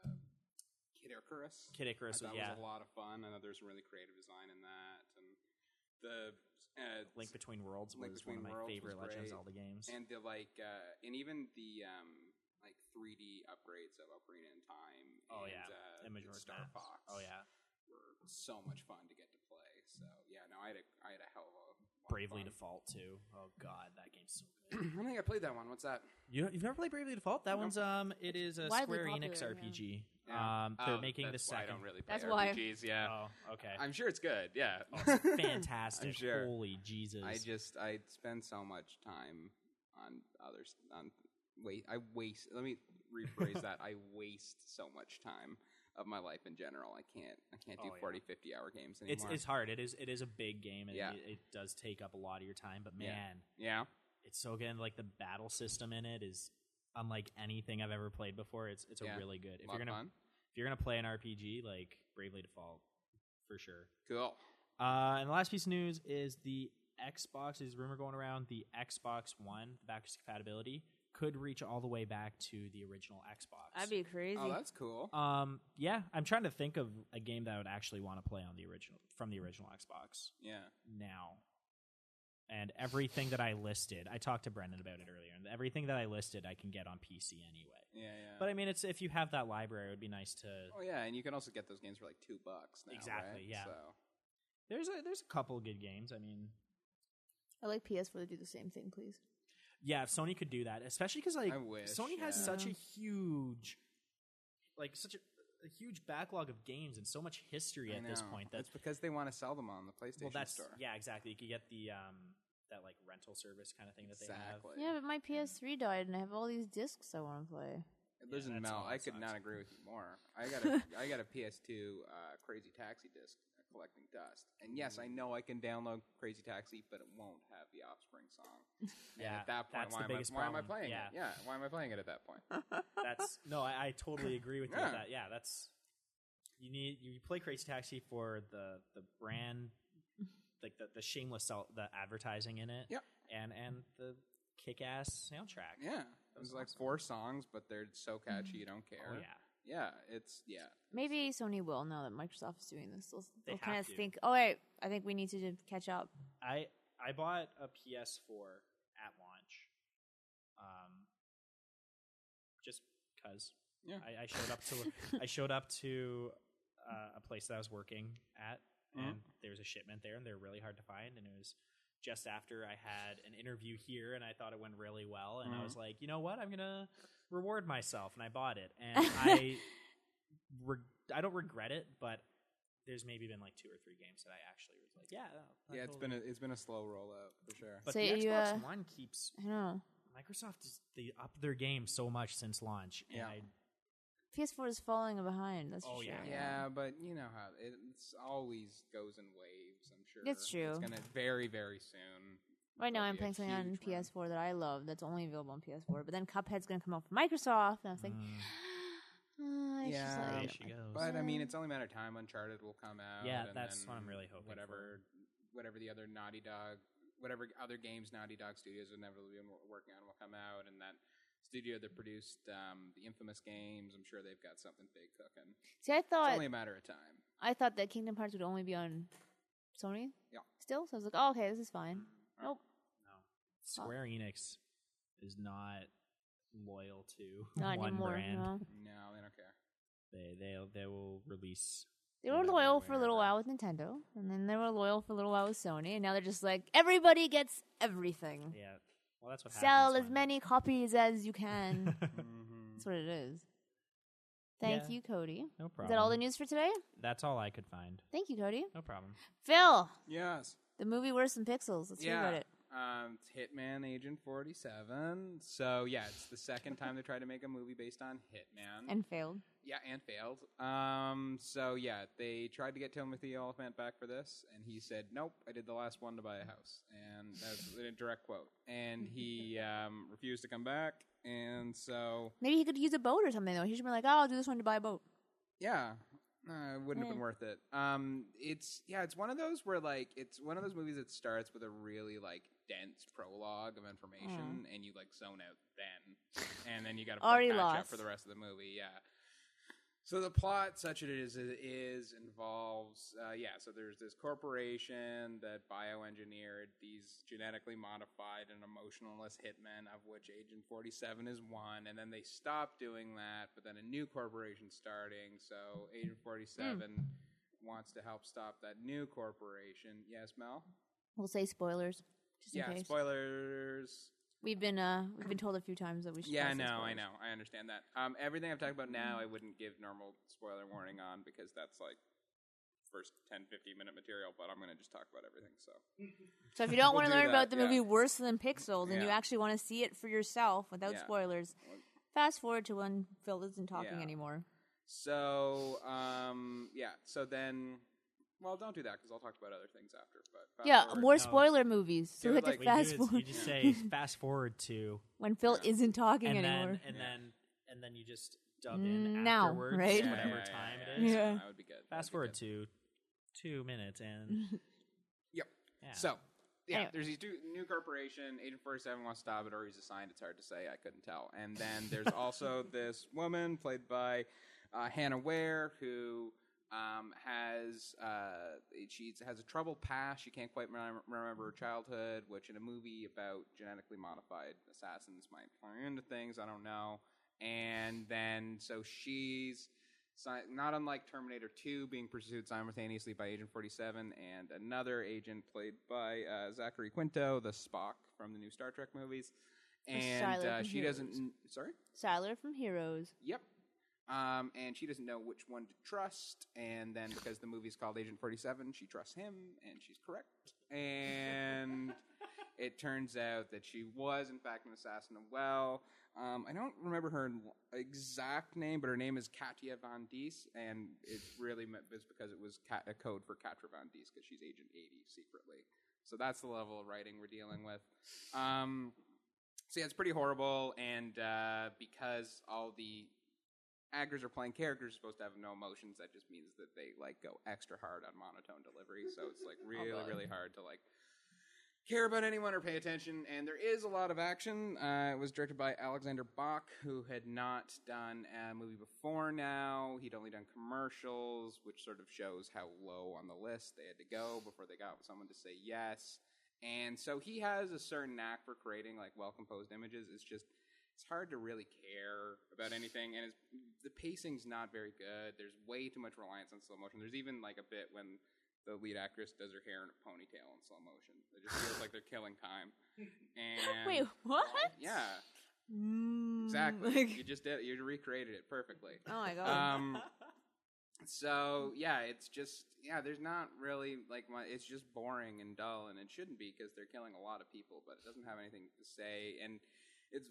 [SPEAKER 2] Kid Icarus.
[SPEAKER 3] Kid
[SPEAKER 2] I
[SPEAKER 3] Icarus was
[SPEAKER 2] thought
[SPEAKER 3] yeah.
[SPEAKER 2] was a lot of fun. I know there's some really creative design in that, and the uh,
[SPEAKER 3] Link Between Worlds was one
[SPEAKER 2] Link Between
[SPEAKER 3] of my
[SPEAKER 2] Worlds was
[SPEAKER 3] favorite Legend of
[SPEAKER 2] great.
[SPEAKER 3] Zelda games.
[SPEAKER 2] and the like, uh, and even the um, like 3D upgrades of Ocarina in Time.
[SPEAKER 3] oh
[SPEAKER 2] and,
[SPEAKER 3] yeah,
[SPEAKER 2] uh,
[SPEAKER 3] and
[SPEAKER 2] and
[SPEAKER 3] Majora's
[SPEAKER 2] Star
[SPEAKER 3] Mask.
[SPEAKER 2] Fox.
[SPEAKER 3] Oh yeah.
[SPEAKER 2] were so much fun to get to play. So yeah, no, I had a I had a hell of a lot of
[SPEAKER 3] Bravely
[SPEAKER 2] fun.
[SPEAKER 3] Default too. Oh god, that game's so good.
[SPEAKER 2] [CLEARS THROAT] I don't think I played that one. What's that?
[SPEAKER 3] you don't- you've never played Bravely Default? That
[SPEAKER 2] Nope.
[SPEAKER 3] one's um, it is a
[SPEAKER 1] Widely
[SPEAKER 3] Square
[SPEAKER 1] popular,
[SPEAKER 3] Enix
[SPEAKER 1] yeah.
[SPEAKER 3] RPG.
[SPEAKER 2] Yeah.
[SPEAKER 3] Um, they're
[SPEAKER 2] Oh,
[SPEAKER 3] making the
[SPEAKER 2] that's why I
[SPEAKER 3] second.
[SPEAKER 2] don't really play
[SPEAKER 1] That's why.
[SPEAKER 2] RPGs. Yeah,
[SPEAKER 3] Oh, okay. [LAUGHS]
[SPEAKER 2] I'm sure it's good. Yeah,
[SPEAKER 3] Oh,
[SPEAKER 2] [LAUGHS]
[SPEAKER 3] it's fantastic.
[SPEAKER 2] I'm sure.
[SPEAKER 3] Holy Jesus!
[SPEAKER 2] I just I spend so much time on others
[SPEAKER 3] [LAUGHS]
[SPEAKER 2] on wait I waste. Let me rephrase that. I waste so much time of my life in general. I can't I can't do
[SPEAKER 3] Oh, yeah.
[SPEAKER 2] forty, fifty 40, 50 hour games anymore.
[SPEAKER 3] It's it's hard. It is it is a big game, and
[SPEAKER 2] Yeah.
[SPEAKER 3] it, it does take up a lot of your time. But man,
[SPEAKER 2] Yeah. yeah.
[SPEAKER 3] it's so good. and, Like the battle system in it is unlike anything I've ever played before. It's it's
[SPEAKER 2] Yeah.
[SPEAKER 3] a really good. If
[SPEAKER 2] lot
[SPEAKER 3] you're
[SPEAKER 2] of
[SPEAKER 3] gonna
[SPEAKER 2] fun.
[SPEAKER 3] if you're gonna play an RPG, like Bravely Default, for sure.
[SPEAKER 2] Cool.
[SPEAKER 3] Uh, and the last piece of news is the Xbox. There's a rumor going around the Xbox One backwards compatibility could reach all the way back to the original Xbox.
[SPEAKER 1] That'd be crazy.
[SPEAKER 2] Oh, that's cool.
[SPEAKER 3] um, yeah, I'm trying to think of a game that I would actually want to play on the original from the original Xbox
[SPEAKER 2] yeah.
[SPEAKER 3] now. And everything that I listed, I talked to Brendan about it earlier, and everything that I listed, I can get on PC anyway.
[SPEAKER 2] Yeah, yeah.
[SPEAKER 3] But I mean, it's if you have that library, it would be nice to.
[SPEAKER 2] oh yeah, and you can also get those games for like two bucks now.
[SPEAKER 3] Exactly,
[SPEAKER 2] right?
[SPEAKER 3] yeah.
[SPEAKER 2] So
[SPEAKER 3] There's a there's a couple good games. I mean,
[SPEAKER 1] I like PS4 to do the same thing, please.
[SPEAKER 3] Yeah, if Sony could do that, especially because like
[SPEAKER 2] I wish,
[SPEAKER 3] Sony has
[SPEAKER 2] yeah.
[SPEAKER 3] such a huge, like such a, a huge backlog of games and so much history
[SPEAKER 2] I
[SPEAKER 3] at this
[SPEAKER 2] know.
[SPEAKER 3] point. That's
[SPEAKER 2] it's because they want to sell them on the PlayStation
[SPEAKER 3] well, that's
[SPEAKER 2] store.
[SPEAKER 3] yeah, exactly. You could get the um that like rental service kind of thing that they have.
[SPEAKER 2] exactly. [LAUGHS]
[SPEAKER 1] Yeah, but my PS3 died, and I have all these discs I want to play.
[SPEAKER 2] It Listen,
[SPEAKER 3] Yeah, that's
[SPEAKER 2] Mel,
[SPEAKER 3] all
[SPEAKER 2] I
[SPEAKER 3] that
[SPEAKER 2] could not
[SPEAKER 3] sucks.
[SPEAKER 2] agree with you
[SPEAKER 3] [LAUGHS]
[SPEAKER 2] more. I got a I got a PS2 uh, Crazy Taxi disc uh, collecting dust, and yes,
[SPEAKER 3] Mm-hmm.
[SPEAKER 2] I know I can download Crazy Taxi, but it won't have the Offspring song. And
[SPEAKER 3] [LAUGHS] Yeah,
[SPEAKER 2] at that point,
[SPEAKER 3] that's
[SPEAKER 2] why,
[SPEAKER 3] the
[SPEAKER 2] am I,
[SPEAKER 3] biggest
[SPEAKER 2] why am I
[SPEAKER 3] problem.
[SPEAKER 2] playing
[SPEAKER 3] Yeah.
[SPEAKER 2] it? Yeah, why am I playing it at that point?
[SPEAKER 3] That's no, I, I totally agree with you.
[SPEAKER 2] Yeah.
[SPEAKER 3] With that yeah, that's you need you play Crazy Taxi for the the brand, like the the shameless sell, the advertising in it.
[SPEAKER 2] Yep.
[SPEAKER 3] and and the kick ass soundtrack.
[SPEAKER 2] Yeah, it was
[SPEAKER 3] was
[SPEAKER 2] like
[SPEAKER 3] awesome.
[SPEAKER 2] four songs, but they're so catchy you don't
[SPEAKER 3] Oh,
[SPEAKER 2] care.
[SPEAKER 3] yeah.
[SPEAKER 2] yeah, it's yeah.
[SPEAKER 1] Maybe Sony will now that Microsoft is doing this. They'll,
[SPEAKER 3] They
[SPEAKER 1] they'll kind
[SPEAKER 3] have
[SPEAKER 1] of
[SPEAKER 3] to.
[SPEAKER 1] think, oh, wait, I think we need to just catch up.
[SPEAKER 3] I I bought a PS4 at launch, um, just because.
[SPEAKER 2] Yeah.
[SPEAKER 3] I, I showed up to
[SPEAKER 2] [LAUGHS]
[SPEAKER 3] I showed up to uh, a place that I was working at,
[SPEAKER 2] Mhm.
[SPEAKER 3] and there was a shipment there, and they're really hard to find, and it was just after I had an interview here, and I thought it went really well,
[SPEAKER 2] Uh-huh.
[SPEAKER 3] and I was like, you know what, I'm gonna reward myself, and I bought it,
[SPEAKER 2] [LAUGHS]
[SPEAKER 3] and I re- I don't regret it, but. There's maybe been like two or three games that I actually was like, yeah, no, I
[SPEAKER 2] Yeah, it's
[SPEAKER 3] totally
[SPEAKER 2] been a, it's been a slow rollout for sure.
[SPEAKER 3] but
[SPEAKER 1] So
[SPEAKER 3] the
[SPEAKER 1] you,
[SPEAKER 3] Xbox
[SPEAKER 1] uh,
[SPEAKER 3] One keeps
[SPEAKER 1] I don't know.
[SPEAKER 3] Microsoft is they up their game so much since launch. And
[SPEAKER 2] Yeah.
[SPEAKER 3] I,
[SPEAKER 1] PS4 is falling behind. That's
[SPEAKER 3] Oh,
[SPEAKER 1] for sure.
[SPEAKER 3] yeah.
[SPEAKER 2] yeah, but you know how it it's always goes in waves. I'm sure
[SPEAKER 1] That's true.
[SPEAKER 2] It's gonna very very soon.
[SPEAKER 1] Right now,
[SPEAKER 2] There'll
[SPEAKER 1] I'm
[SPEAKER 2] be a
[SPEAKER 1] playing something on
[SPEAKER 2] huge run.
[SPEAKER 1] PS4 that I love that's only available on PS4. But then Cuphead's going to come out for Microsoft, and I was like, [GASPS] "Ah, it's just
[SPEAKER 2] Mm. Uh, Yeah,
[SPEAKER 1] like-
[SPEAKER 2] There
[SPEAKER 3] Mm, she goes.
[SPEAKER 2] But I mean,
[SPEAKER 1] Yeah.
[SPEAKER 2] it's only a matter of time. Uncharted will come out.
[SPEAKER 3] Yeah,
[SPEAKER 2] and
[SPEAKER 3] that's
[SPEAKER 2] then
[SPEAKER 3] what I'm really hoping
[SPEAKER 2] Whatever, whatever the other Naughty Dog, whatever other games Naughty Dog Studios have never been wor- working on will come out, and that studio that produced um, the infamous games, I'm sure they've got something big cooking.
[SPEAKER 1] See, I
[SPEAKER 2] It's
[SPEAKER 1] thought
[SPEAKER 2] only a matter of time.
[SPEAKER 1] I thought that Kingdom Hearts would only be on Sony.
[SPEAKER 2] Yeah. Mm.
[SPEAKER 1] Still, so I was like, "Oh, okay, this is fine." Nope.
[SPEAKER 3] Square Enix is not loyal to
[SPEAKER 1] Not
[SPEAKER 3] [LAUGHS] one
[SPEAKER 1] anymore.
[SPEAKER 3] brand.
[SPEAKER 1] No.
[SPEAKER 2] No, they don't care.
[SPEAKER 3] They they they will release.
[SPEAKER 1] They were
[SPEAKER 3] Whatever,
[SPEAKER 1] loyal for a little
[SPEAKER 3] whatever.
[SPEAKER 1] while with Nintendo, and then they were loyal for a little while with Sony, and now they're just like, everybody gets everything.
[SPEAKER 3] Yeah, well that's what
[SPEAKER 1] Sell
[SPEAKER 3] happens
[SPEAKER 1] as
[SPEAKER 3] when-
[SPEAKER 1] many copies as you
[SPEAKER 3] [LAUGHS]
[SPEAKER 1] can.
[SPEAKER 2] Mm-hmm.
[SPEAKER 1] That's what it is. Thank
[SPEAKER 3] Yeah.
[SPEAKER 1] you, Cody.
[SPEAKER 3] no problem.
[SPEAKER 1] Is that all the news for today?
[SPEAKER 3] That's all I could find.
[SPEAKER 1] Thank you, Cody.
[SPEAKER 3] No problem.
[SPEAKER 1] Phil,
[SPEAKER 2] Yes.
[SPEAKER 1] the movie Worse Than Pixels. Let's hear about it.
[SPEAKER 2] Um, it's Hitman Agent 47. So, yeah, it's the second time they tried to make a movie based on Hitman.
[SPEAKER 1] And failed.
[SPEAKER 2] yeah, and failed. Um, so, yeah, they tried to get Timothy Oliphant back for this, and he said, nope, I did the last one to buy a house. And that was a direct quote. And he um, refused to come back. And so,
[SPEAKER 1] Maybe he could use a boat or something, though. He should be like, oh, I'll do this one to buy a boat.
[SPEAKER 2] Yeah. No, it wouldn't have been
[SPEAKER 1] Yeah.
[SPEAKER 2] worth it. Um, it's yeah, it's one of those where like it's one of those movies that starts with a really like dense prologue of information, and you like zone out then, and then you got to
[SPEAKER 1] Already
[SPEAKER 2] catch up
[SPEAKER 1] lost.
[SPEAKER 2] for the rest of the movie. Yeah. So the plot, such as it is, it is involves uh, yeah. So there's this corporation that bioengineered these genetically modified and emotionless hitmen, of which Agent Forty Seven is one. And then they stopped doing that, but then a new corporation starting. So Agent Forty Seven
[SPEAKER 1] Hmm.
[SPEAKER 2] wants to help stop that new corporation. Yes, Mel.
[SPEAKER 1] We'll say spoilers. Just
[SPEAKER 2] yeah,
[SPEAKER 1] in case.
[SPEAKER 2] spoilers.
[SPEAKER 1] We've been uh we've been told a few times that we should.
[SPEAKER 2] Yeah, I
[SPEAKER 1] not say
[SPEAKER 2] know, I
[SPEAKER 1] spoilers.
[SPEAKER 2] know, I understand that. Um, everything I've talked about now, I wouldn't give normal spoiler warning on because that's like first 10, 15 minute material. But I'm gonna just talk about everything. So
[SPEAKER 1] So if you don't
[SPEAKER 2] We'll
[SPEAKER 1] want to
[SPEAKER 2] do
[SPEAKER 1] learn
[SPEAKER 2] that,
[SPEAKER 1] about the
[SPEAKER 2] yeah.
[SPEAKER 1] movie worse than Pixels and you
[SPEAKER 2] Yeah.
[SPEAKER 1] actually want to see it for yourself without
[SPEAKER 2] Yeah.
[SPEAKER 1] spoilers, fast forward to when Phil isn't talking
[SPEAKER 2] Yeah.
[SPEAKER 1] anymore.
[SPEAKER 2] So um, yeah. So then, well, don't do that because I'll talk about other things after. But fast
[SPEAKER 1] Yeah,
[SPEAKER 2] forward.
[SPEAKER 1] more
[SPEAKER 3] No.
[SPEAKER 1] spoiler movies. So
[SPEAKER 2] Dude,
[SPEAKER 1] we have
[SPEAKER 2] like,
[SPEAKER 1] to
[SPEAKER 2] we
[SPEAKER 3] What you
[SPEAKER 1] fast
[SPEAKER 3] do is
[SPEAKER 1] forward
[SPEAKER 3] you just say
[SPEAKER 1] [LAUGHS]
[SPEAKER 3] fast forward to
[SPEAKER 1] when Phil isn't talking
[SPEAKER 3] and
[SPEAKER 1] anymore.
[SPEAKER 3] then and
[SPEAKER 2] Yeah.
[SPEAKER 3] then and then you just dub in
[SPEAKER 1] Now,
[SPEAKER 3] afterwards
[SPEAKER 1] right?
[SPEAKER 2] Yeah,
[SPEAKER 3] whatever
[SPEAKER 2] yeah, yeah,
[SPEAKER 3] time
[SPEAKER 2] yeah,
[SPEAKER 3] it is.
[SPEAKER 2] yeah,
[SPEAKER 1] Yeah.
[SPEAKER 2] That would be good. That
[SPEAKER 3] Fast
[SPEAKER 2] would be
[SPEAKER 3] forward
[SPEAKER 2] good.
[SPEAKER 3] to two
[SPEAKER 1] [LAUGHS]
[SPEAKER 3] minutes and
[SPEAKER 2] Yep.
[SPEAKER 3] yeah.
[SPEAKER 2] So, yeah,
[SPEAKER 1] Anyway.
[SPEAKER 2] there's these two, new corporation. Agent 47 wants to stop it, or he's assigned. It's hard to say. I couldn't tell. And then there's also this woman played by uh, Hannah Ware who um, has uh, she has a troubled past. She can't quite remem- remember her childhood, which in a movie about genetically modified assassins might play into things. I don't know. And then so she's si- not unlike Terminator 2 being pursued simultaneously by Agent 47 and another agent played by uh, Zachary Quinto, the Spock from the new Star Trek movies. And
[SPEAKER 1] Shiloh
[SPEAKER 2] uh,
[SPEAKER 1] from
[SPEAKER 2] she
[SPEAKER 1] Heroes.
[SPEAKER 2] doesn't. kn- Sorry?
[SPEAKER 1] Siler from Heroes.
[SPEAKER 2] Yep. Um, and she doesn't know which one to trust. And then because the movie's called Agent 47, she trusts him and she's correct. And it turns out that she was, in fact, an assassin of well. Um, I don't remember her l- exact name, but her name is Katya Von Dees, and it really meant it's because it was cat, a code for Katya Von Dees because she's Agent 80 secretly. So that's the level of writing we're dealing with. Um, so yeah, it's pretty horrible, and uh, because all the actors are playing characters supposed to have no emotions, that just means that they like go extra hard on monotone delivery. So it's like really,
[SPEAKER 1] God.
[SPEAKER 2] really hard to like care about anyone or pay attention. And there is a lot of action. Uh, it was directed by Alexander Bach, who had not done a movie before. Now he'd only done commercials, which sort of shows how low on the list they had to go before they got someone to say yes. And so he has a certain knack for creating like well composed images. It's just it's hard to really care about anything, and it's, the pacing's not very good. There's way too much reliance on slow motion. There's even like a bit when the lead actress does her hair in a ponytail in slow motion. It just feels like they're killing time.
[SPEAKER 1] [LAUGHS]
[SPEAKER 2] And
[SPEAKER 1] Wait, what?
[SPEAKER 2] yeah,
[SPEAKER 1] Mm,
[SPEAKER 2] exactly.
[SPEAKER 1] [LAUGHS] like-
[SPEAKER 2] you just did it. You recreated it perfectly.
[SPEAKER 1] oh my god. [LAUGHS]
[SPEAKER 2] Um, so yeah, it's just yeah. There's not really like my, it's just boring and dull, and it shouldn't be because they're killing a lot of people, but it doesn't have anything to say, and it's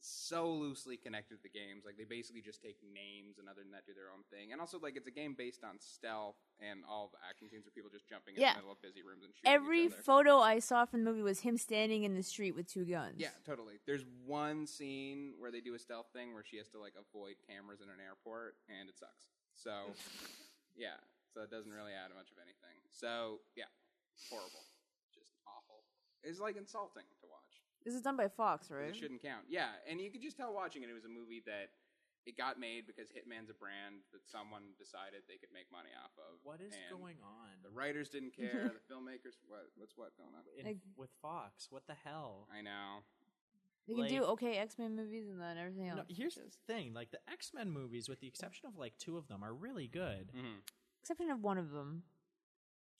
[SPEAKER 2] so loosely connected to the games. Like they basically just take names, and other than that, do their own thing. And also, like it's a game based on stealth, and all the action scenes are people just jumping in
[SPEAKER 1] Yeah.
[SPEAKER 2] the middle of busy rooms and shooting
[SPEAKER 1] Every
[SPEAKER 2] each other.
[SPEAKER 1] photo I saw from the movie was him standing in the street with two guns.
[SPEAKER 2] Yeah, totally. There's one scene where they do a stealth thing where she has to like avoid cameras in an airport, and it sucks.
[SPEAKER 3] [LAUGHS]
[SPEAKER 2] So, yeah, so it doesn't really add much of anything. So, yeah, horrible, just awful. It's like insulting to watch.
[SPEAKER 1] This is done by Fox,
[SPEAKER 2] 'cause
[SPEAKER 1] right?
[SPEAKER 2] It shouldn't count. Yeah, and you could just tell watching it. It was a movie that it got made because Hitman's a brand that someone decided they could make money off of.
[SPEAKER 3] what is
[SPEAKER 2] and
[SPEAKER 3] going on
[SPEAKER 2] The writers
[SPEAKER 3] [LAUGHS]
[SPEAKER 2] didn't care. the filmmakers, what? What's what going on?
[SPEAKER 3] in,
[SPEAKER 1] Like-
[SPEAKER 3] with Fox? What the hell?
[SPEAKER 2] I know.
[SPEAKER 1] They can do
[SPEAKER 3] Like-
[SPEAKER 1] okay X Men movies and then everything else.
[SPEAKER 3] No, here's the thing: like the X Men movies, with the exception of like two of them, are really good.
[SPEAKER 2] Mhm.
[SPEAKER 1] Exception of one of them.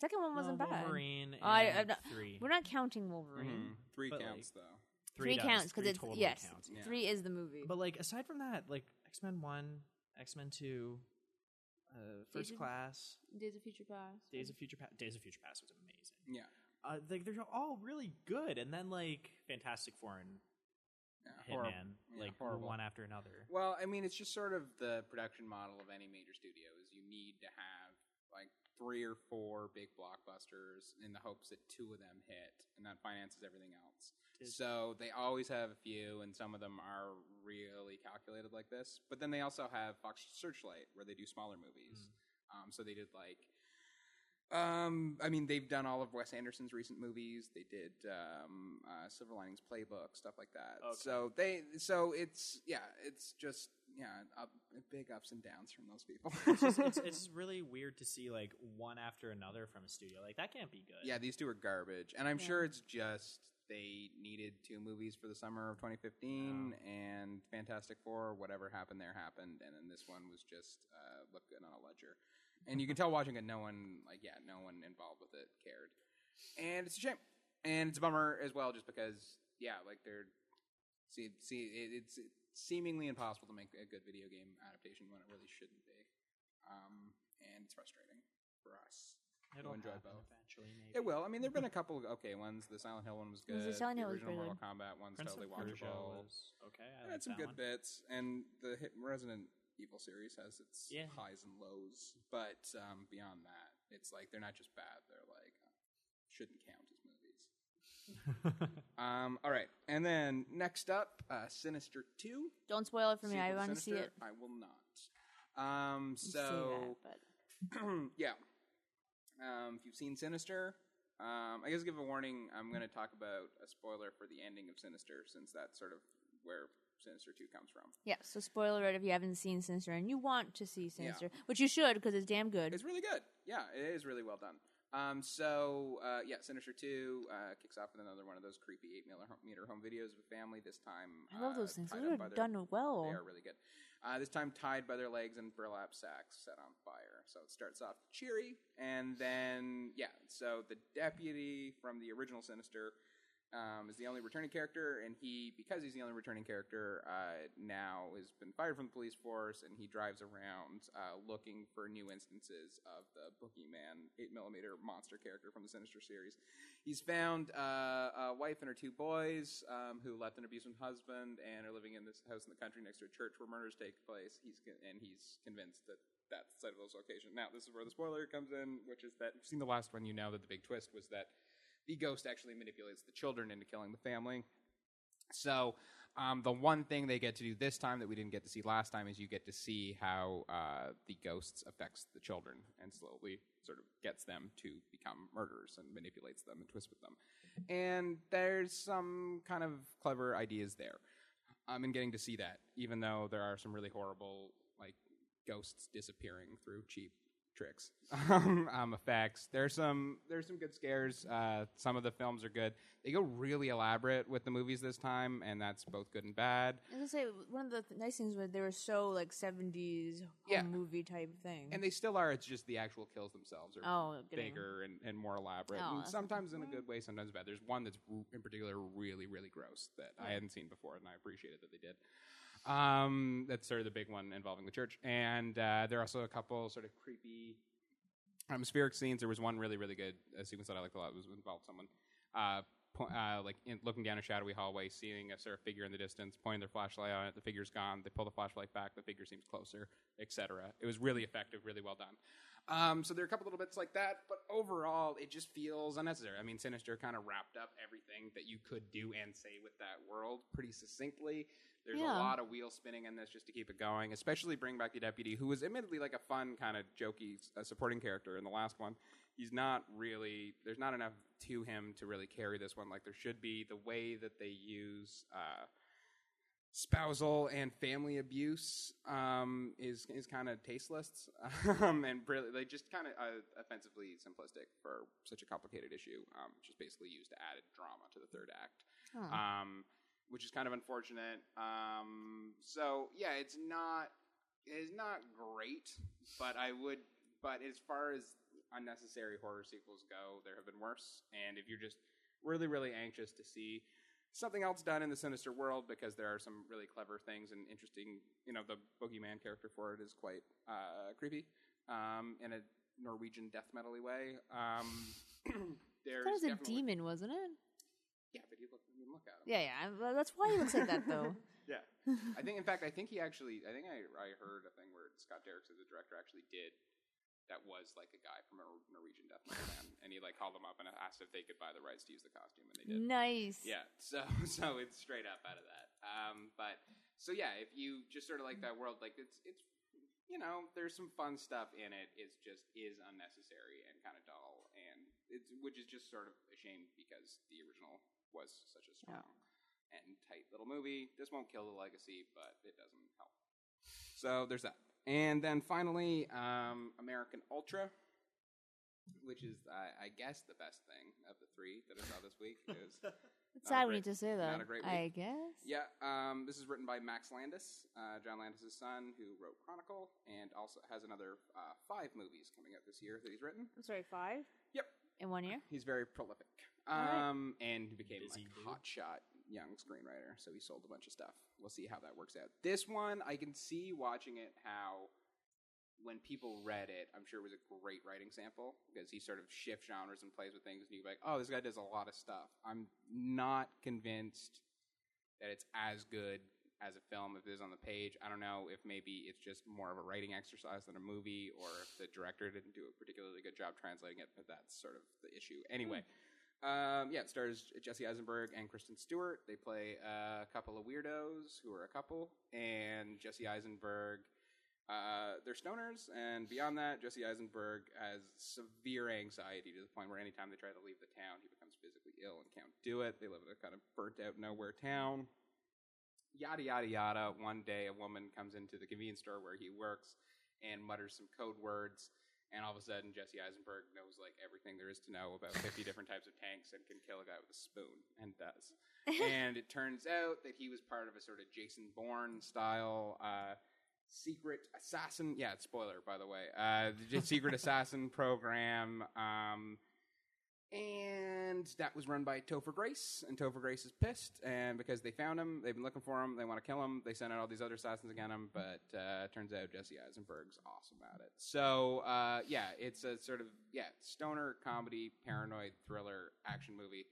[SPEAKER 1] Second one wasn't
[SPEAKER 3] Uh,
[SPEAKER 1] bad.
[SPEAKER 3] Wolverine and
[SPEAKER 1] I- I'm not-
[SPEAKER 3] three.
[SPEAKER 1] We're not counting Wolverine.
[SPEAKER 2] Mhm. Three
[SPEAKER 3] But, like,
[SPEAKER 2] counts though.
[SPEAKER 1] Three,
[SPEAKER 3] does.
[SPEAKER 1] counts because
[SPEAKER 3] Three
[SPEAKER 1] it's
[SPEAKER 3] totally
[SPEAKER 1] yes,
[SPEAKER 3] counts.
[SPEAKER 2] Yeah.
[SPEAKER 1] three is the movie.
[SPEAKER 3] But like aside from that, like X Men One, X Men Two, uh, First
[SPEAKER 1] Days of-
[SPEAKER 3] Class,
[SPEAKER 1] Days of Future Past.
[SPEAKER 3] Days of Future Past, Days of Future Past was amazing.
[SPEAKER 2] Yeah.
[SPEAKER 3] Uh, they, they're all really good, and then like Fantastic Four and
[SPEAKER 2] Yeah, horrible.
[SPEAKER 3] Hitman,
[SPEAKER 2] Yeah,
[SPEAKER 3] like
[SPEAKER 2] horrible.
[SPEAKER 3] one after another.
[SPEAKER 2] Well, I mean, it's just sort of the production model of any major studio is you need to have like three or four big blockbusters in the hopes that two of them hit, and that finances everything else.
[SPEAKER 3] Did-
[SPEAKER 2] So they always have a few, and some of them are really calculated like this. But then they also have Fox Searchlight, where they do smaller movies.
[SPEAKER 3] Mm.
[SPEAKER 2] Um, so they did like, um, I mean, they've done all of Wes Anderson's recent movies. They did um, uh, Silver Linings Playbook, stuff like that.
[SPEAKER 3] Okay.
[SPEAKER 2] So they, so it's yeah, it's just yeah, up, big ups and downs from those people.
[SPEAKER 3] it's, just,
[SPEAKER 2] [LAUGHS]
[SPEAKER 3] it's, it's just really weird to see like one after another from a studio. Like that can't be good.
[SPEAKER 2] yeah, these two are garbage, and I'm
[SPEAKER 1] Yeah.
[SPEAKER 2] sure it's just they needed two movies for the summer of 2015,
[SPEAKER 3] Oh.
[SPEAKER 2] and Fantastic Four, whatever happened there happened, and then this one was just uh, looked good on a ledger, and you can tell watching it, no one like yeah, no one involved with it cared, and it's a shame, and it's a bummer as well, just because yeah, like they're see see it, it's seemingly impossible to make a good video game adaptation when it really shouldn't be, um, and it's frustrating for us.
[SPEAKER 3] it'll
[SPEAKER 2] You'll enjoy
[SPEAKER 3] happen
[SPEAKER 2] both.
[SPEAKER 3] eventually. Maybe.
[SPEAKER 2] It will. I mean, there've been a couple of okay ones. The Silent Hill one was
[SPEAKER 1] Yeah,
[SPEAKER 2] good.
[SPEAKER 1] the Silent Hill was
[SPEAKER 2] original
[SPEAKER 1] pretty
[SPEAKER 2] Mortal Kombat one's
[SPEAKER 3] Prince
[SPEAKER 2] totally
[SPEAKER 3] of Persia
[SPEAKER 2] watchable.
[SPEAKER 3] was okay. I
[SPEAKER 2] It
[SPEAKER 3] [LAUGHS] liked
[SPEAKER 2] had some
[SPEAKER 3] that
[SPEAKER 2] good
[SPEAKER 3] one.
[SPEAKER 2] bits, and the hit Resident Evil series has its
[SPEAKER 3] Yeah.
[SPEAKER 2] highs and lows, but um, beyond that, it's like they're not just bad; they're like uh, shouldn't count as movies. Um, all right, and then next up, uh, Sinister Two.
[SPEAKER 1] Don't spoil it for me.
[SPEAKER 2] Sequel
[SPEAKER 1] I
[SPEAKER 2] to
[SPEAKER 1] want to see
[SPEAKER 2] Sinister.
[SPEAKER 1] it.
[SPEAKER 2] I will not. Um,
[SPEAKER 1] You
[SPEAKER 2] so
[SPEAKER 1] say that, but
[SPEAKER 2] [CLEARS THROAT] yeah. Um, if you've seen Sinister, um, I guess give a warning. I'm going to talk about a spoiler for the ending of Sinister, since that's sort of where Sinister Two comes from.
[SPEAKER 1] yeah. So spoiler alert if you haven't seen Sinister and you want to see Sinister, which you should because it's damn good.
[SPEAKER 2] It's really good. Yeah, it is really well done. Um, so uh, yeah, Sinister Two uh, kicks off with another one of those creepy eight meter home, meter home videos with family. This time,
[SPEAKER 1] I love
[SPEAKER 2] uh,
[SPEAKER 1] those things.
[SPEAKER 2] tied
[SPEAKER 1] Those
[SPEAKER 2] up
[SPEAKER 1] are
[SPEAKER 2] by their-
[SPEAKER 1] done well.
[SPEAKER 2] They are really good. Uh, this time tied by their legs and burlap sacks set on fire. So it starts off cheery, and then yeah. So the deputy from the original Sinister um, is the only returning character, and he because he's the only returning character uh, now has been fired from the police force, and he drives around uh, looking for new instances of the Boogeyman eight millimeter monster character from the Sinister series. He's found uh, a wife and her two boys um, who left an abusive husband and are living in this house in the country next to a church where murders take place. He's con- and he's convinced that that's the site of those location. Now, this is where the spoiler comes in, which is that if you've seen the last one, you know that the big twist was that the ghost actually manipulates the children into killing the family. So, um, the one thing they get to do this time that we didn't get to see last time is you get to see how uh, the ghosts affects the children and slowly sort of gets them to become murderers and manipulates them and twists with them. And there's some kind of clever ideas there. Um, and getting to see that, even though there are some really horrible like ghosts disappearing through cheap tricks [LAUGHS] um, effects there's some there's some good scares uh, some of the films are good they go really elaborate with the movies this time and that's both good and bad
[SPEAKER 1] I was gonna say one of the th- nice things was they were so like seventies
[SPEAKER 2] Yeah.
[SPEAKER 1] movie type thing.
[SPEAKER 2] and they still are it's just the actual kills themselves are
[SPEAKER 1] oh, getting-
[SPEAKER 2] bigger and, and more elaborate
[SPEAKER 1] Oh,
[SPEAKER 2] and
[SPEAKER 1] that's-
[SPEAKER 2] sometimes in a good way sometimes bad there's one that's r- in particular really really gross that i hadn't seen before and i appreciated that they did um, that's sort of the big one involving the church and uh, there are also a couple sort of creepy atmospheric scenes. There was one really, really good uh, sequence that I liked a lot. It was involved someone, uh, po- uh, like in, looking down a shadowy hallway, seeing a sort of figure in the distance, pointing their flashlight on it. The figure's gone. They pull the flashlight back. The figure seems closer, etc. It was really effective, really well done. Um, so there are a couple little bits like that, but overall, it just feels unnecessary. I mean, Sinister kind of wrapped up everything that you could do and say with that world pretty succinctly. There's
[SPEAKER 1] Yeah.
[SPEAKER 2] a lot of wheel spinning in this just to keep it going, especially bring back the deputy, who was admittedly like a fun kind of jokey uh, supporting character in the last one. He's not really there's not enough to him to really carry this one like there should be. The way that they use uh, spousal and family abuse um, is is kind of tasteless [LAUGHS] um, and really like just kind of uh, offensively simplistic for such a complicated issue. Um, just basically used to add drama to the third act
[SPEAKER 1] Huh.
[SPEAKER 2] um, which is kind of unfortunate. Um, so yeah, it's not it's not great, but I would. But as far as unnecessary horror sequels go, there have been worse. And if you're just really really anxious to see something else done in the sinister world because there are some really clever things and interesting you know the boogeyman character for it is quite uh, creepy um, in a norwegian death metally way um, [COUGHS]
[SPEAKER 1] I
[SPEAKER 2] there's
[SPEAKER 1] thought it was a
[SPEAKER 2] definitely-
[SPEAKER 1] demon, wasn't
[SPEAKER 2] [LAUGHS]
[SPEAKER 1] it?
[SPEAKER 2] yeah but you look, you look at him
[SPEAKER 1] Yeah, yeah. I- well, That's why he looks like that, though.
[SPEAKER 2] Yeah. [LAUGHS] I think, in fact, I think he actually, I think I, I heard a thing where Scott Derrickson, the director, actually did that was like a guy from a Norwegian Death Metal band, and he like called them up and asked if they could buy the rights to use the costume, and they did.
[SPEAKER 1] nice.
[SPEAKER 2] Yeah. So, [LAUGHS] so it's straight up out of that. Um, but so yeah, if you just sort of like that world, like it's it's you know there's some fun stuff in it. It's just is unnecessary and kind of dull, and it's which is just sort of a shame because the original was such a strong and tight little movie. This won't kill the legacy, but it doesn't help. So there's that. And then finally, um, American Ultra, which is, I, I guess, the best thing of the three that I saw this week.
[SPEAKER 3] [LAUGHS]
[SPEAKER 2] Is
[SPEAKER 1] It's
[SPEAKER 2] Not a
[SPEAKER 1] sad we
[SPEAKER 2] great-
[SPEAKER 1] need to say that.
[SPEAKER 2] a great
[SPEAKER 1] I
[SPEAKER 2] week.
[SPEAKER 1] guess.
[SPEAKER 2] yeah, um, this is written by Max Landis, uh, John Landis' son, who wrote Chronicle, and also has another uh, five movies coming out this year that he's written.
[SPEAKER 1] I'm sorry, five.
[SPEAKER 2] Yep.
[SPEAKER 1] In one year.
[SPEAKER 2] He's very prolific.
[SPEAKER 1] right.
[SPEAKER 2] Um, And he became
[SPEAKER 3] Busy
[SPEAKER 2] like
[SPEAKER 3] dude.
[SPEAKER 2] hotshot young screenwriter, so he sold a bunch of stuff. We'll see how that works out. This one, I can see watching it how when people read it, I'm sure it was a great writing sample because he sort of shifts genres and plays with things, and you're like, oh, this guy does a lot of stuff. I'm not convinced that it's as good as a film if it is on the page. I don't know if maybe it's just more of a writing exercise than a movie, or if the director didn't do a particularly good job translating it. But that's sort of the issue. Anyway. Um, yeah, it stars Jesse Eisenberg and Kristen Stewart. They play uh, a couple of weirdos who are a couple, and Jesse Eisenberg. Uh, they're stoners, and beyond that, Jesse Eisenberg has severe anxiety to the point where anytime they try to leave the town, he becomes physically ill and can't do it. They live in a kind of burnt out nowhere town. Yada, yada, yada. One day, a woman comes into the convenience store where he works and mutters some code words. And all of a sudden, Jesse Eisenberg knows like everything there is to know about 50 different types of tanks and can kill a guy with a spoon and does. and it turns out that he was part of a sort of Jason Bourne style uh, secret assassin. Yeah, it's spoiler, by the way. Uh, the j- secret assassin program. Um, and that was run by Topher Grace, and Topher Grace is pissed, and because they found him, they've been looking for him, they want to kill him, they sent out all these other assassins against him, but uh, turns out Jesse Eisenberg's awesome at it. So, uh, yeah, it's a sort of, yeah, stoner comedy, paranoid thriller action movie,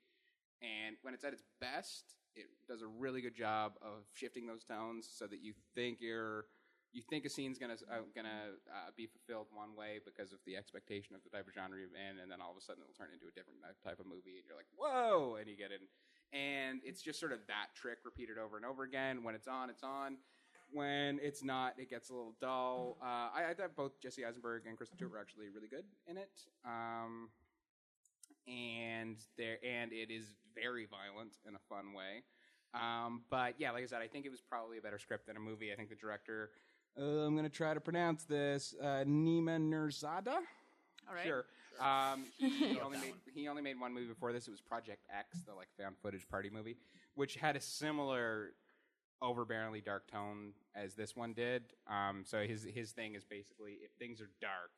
[SPEAKER 2] and when it's at its best, it does a really good job of shifting those tones so that you think you're you think a scene's gonna uh, gonna uh, be fulfilled one way because of the expectation of the type of genre you're in, and then all of a sudden it'll turn into a different ni- type of movie, and you're like, whoa, and you get in, and it's just sort of that trick repeated over and over again. When it's on, it's on. When it's not, it gets a little dull. Uh, I, I thought both Jesse Eisenberg and Kristen Stewart were actually really good in it. Um, and there and it is very violent in a fun way. Um, but yeah, like I said, I think it was probably a better script than a movie. I think the director, uh, I'm going to try to pronounce this, uh, Nima Nerzada.
[SPEAKER 1] All right.
[SPEAKER 2] Sure. Um, he,
[SPEAKER 3] Go
[SPEAKER 2] only
[SPEAKER 3] with that
[SPEAKER 2] made,
[SPEAKER 3] one.
[SPEAKER 2] he only made one movie before this. It was Project X, the like found footage party movie, which had a similar overbearingly dark tone as this one did. Um, so his his thing is basically if things are dark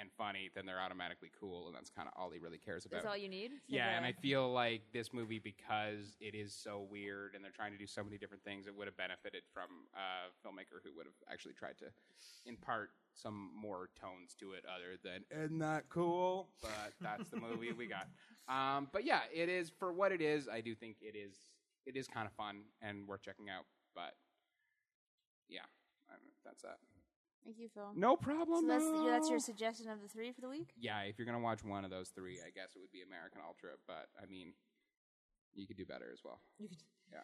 [SPEAKER 2] and funny, then they're automatically cool, and that's kind of all he really cares about. [LAUGHS]
[SPEAKER 1] That's all you need.
[SPEAKER 2] Yeah, and I feel like this movie because it is so weird and they're trying to do so many different things, it would have benefited from a filmmaker who would have actually tried to impart some more tones to it other than isn't that cool? But that's the movie we
[SPEAKER 3] [LAUGHS]
[SPEAKER 1] [LAUGHS]
[SPEAKER 2] got. Um, but yeah, it is for what it is, I do think it is it is kind of fun and worth checking out, but yeah, I don't know, that's that.
[SPEAKER 1] Thank you, Phil.
[SPEAKER 2] No problem.
[SPEAKER 1] So that's
[SPEAKER 2] no.
[SPEAKER 1] that's your suggestion of the three for the week.
[SPEAKER 2] Yeah, if you're gonna watch one of those three, I guess it would be American Ultra. But I mean, you could do better as well.
[SPEAKER 1] You could
[SPEAKER 2] Yeah.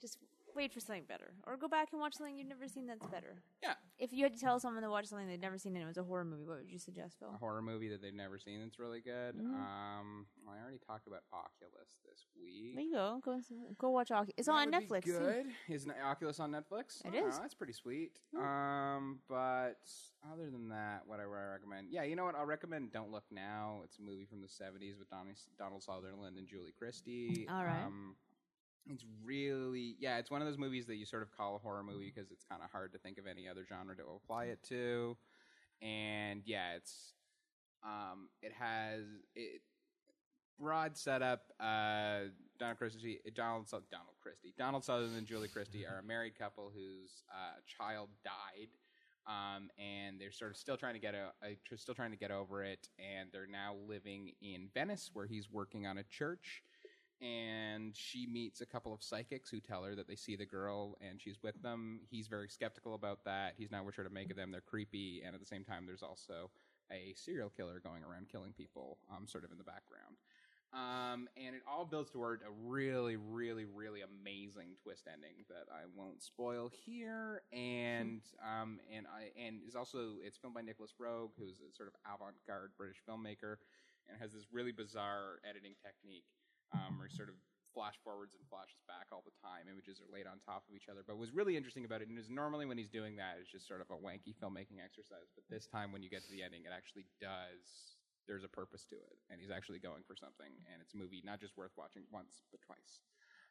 [SPEAKER 1] just wait for something better, or go back and watch something you've never seen that's better.
[SPEAKER 2] Yeah,
[SPEAKER 1] If you had to tell someone to watch something they'd never seen and it was a horror movie, what would you suggest, Phil?
[SPEAKER 2] a horror movie that they've never seen that's really good.
[SPEAKER 1] Mm-hmm.
[SPEAKER 2] Um, I already talked about Oculus this week.
[SPEAKER 1] There you go. Go and see- go watch Oc- It's on
[SPEAKER 2] That would be
[SPEAKER 1] Netflix. too.
[SPEAKER 2] Good is an Oculus on Netflix.
[SPEAKER 1] It
[SPEAKER 2] Oh,
[SPEAKER 1] is. Hmm.
[SPEAKER 2] that's pretty sweet. Um, but other than that, what I, what I recommend? Yeah, you know what? I'll recommend Don't Look Now. It's a movie from the '70s with Donny, Donald Sutherland and Julie Christie.
[SPEAKER 1] All right.
[SPEAKER 2] Um, it's really yeah. It's one of those movies that you sort of call a horror movie
[SPEAKER 1] Mm-hmm.
[SPEAKER 2] because it's kind of hard to think of any other genre to apply it to. And yeah, it's um, it has it broad setup. Uh, Donald Christie, Donald, Su- Donald Christie, Donald Sutherland and Julie
[SPEAKER 1] [LAUGHS]
[SPEAKER 2] Christie are a married couple whose uh, child died, um, and they're sort of still trying to get a, uh, tr- still trying to get over it, and they're now living in Venice where he's working on a church. And she meets a couple of psychics who tell her that they see the girl and she's with them. He's very skeptical about that. He's not sure to make of them. They're creepy. And at the same time, there's also a serial killer going around killing people, um, sort of in the background. Um, and it all builds toward a really, really, really amazing twist ending that I won't spoil here. And um, and I and is also it's filmed by Nicholas Rogue, who's a sort of avant-garde British filmmaker, and has this really bizarre editing technique, um, where he sort of flash forwards and flashes back all the time. Images are laid on top of each other. But what's really interesting about it is normally when he's doing that, it's just sort of a wanky filmmaking exercise. But this time, when you get to the ending, it actually does. There's a purpose to it, and he's actually going for something. And it's a movie not just worth watching once, but twice.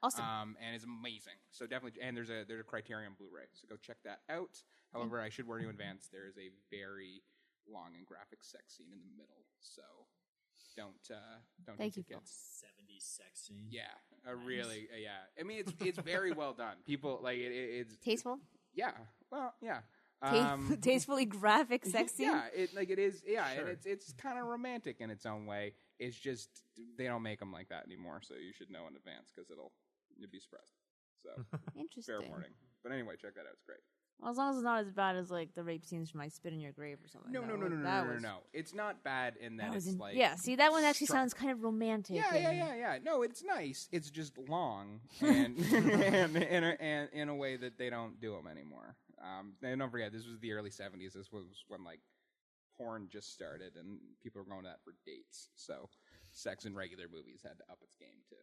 [SPEAKER 1] Awesome.
[SPEAKER 2] Um, and it's amazing. So definitely, and there's a there's a Criterion Blu-ray, so go check that out. However, I should warn you in advance: there is a very long and graphic sex scene in the middle, so don't uh, don't.
[SPEAKER 1] Thank you,
[SPEAKER 2] take
[SPEAKER 1] Phil.
[SPEAKER 2] it.
[SPEAKER 3] 70s sex scene.
[SPEAKER 2] Yeah, a really, uh, yeah. I mean, it's it's very well done. People like it, it it's
[SPEAKER 1] Tasteful,
[SPEAKER 2] yeah. Well, yeah.
[SPEAKER 1] Ta- [LAUGHS] tastefully
[SPEAKER 2] [LAUGHS]
[SPEAKER 1] graphic, sexy.
[SPEAKER 2] um, Yeah, it like it is. Yeah,
[SPEAKER 3] Sure.
[SPEAKER 2] and it's it's kind of romantic in its own way. It's just they don't make them like that anymore, so you should know in advance because it'll you'd be surprised.
[SPEAKER 1] [LAUGHS]
[SPEAKER 2] So
[SPEAKER 1] Interesting.
[SPEAKER 2] fair warning. But anyway, check that out. It's great.
[SPEAKER 1] Well, as long as it's not as bad as like the rape scenes from "I Spit in Your Grave" or something.
[SPEAKER 2] No,
[SPEAKER 1] like
[SPEAKER 2] no,
[SPEAKER 1] that.
[SPEAKER 2] no, no,
[SPEAKER 1] Like,
[SPEAKER 2] no,
[SPEAKER 1] that
[SPEAKER 2] no, no,
[SPEAKER 1] was-
[SPEAKER 2] no. It's not bad in that,
[SPEAKER 1] That was
[SPEAKER 2] it's
[SPEAKER 1] in-
[SPEAKER 2] like
[SPEAKER 1] yeah. See, that one actually
[SPEAKER 2] sharp.
[SPEAKER 1] sounds kind of romantic.
[SPEAKER 2] Yeah, yeah,
[SPEAKER 1] and-
[SPEAKER 2] yeah, yeah. No, it's nice. It's just long
[SPEAKER 1] [LAUGHS]
[SPEAKER 2] and and, in a, and in a way that they don't do them anymore. Um, and don't forget, this was the early '70s. This was when like porn just started, and people were going out for dates. So, sex in regular movies had to up its game too.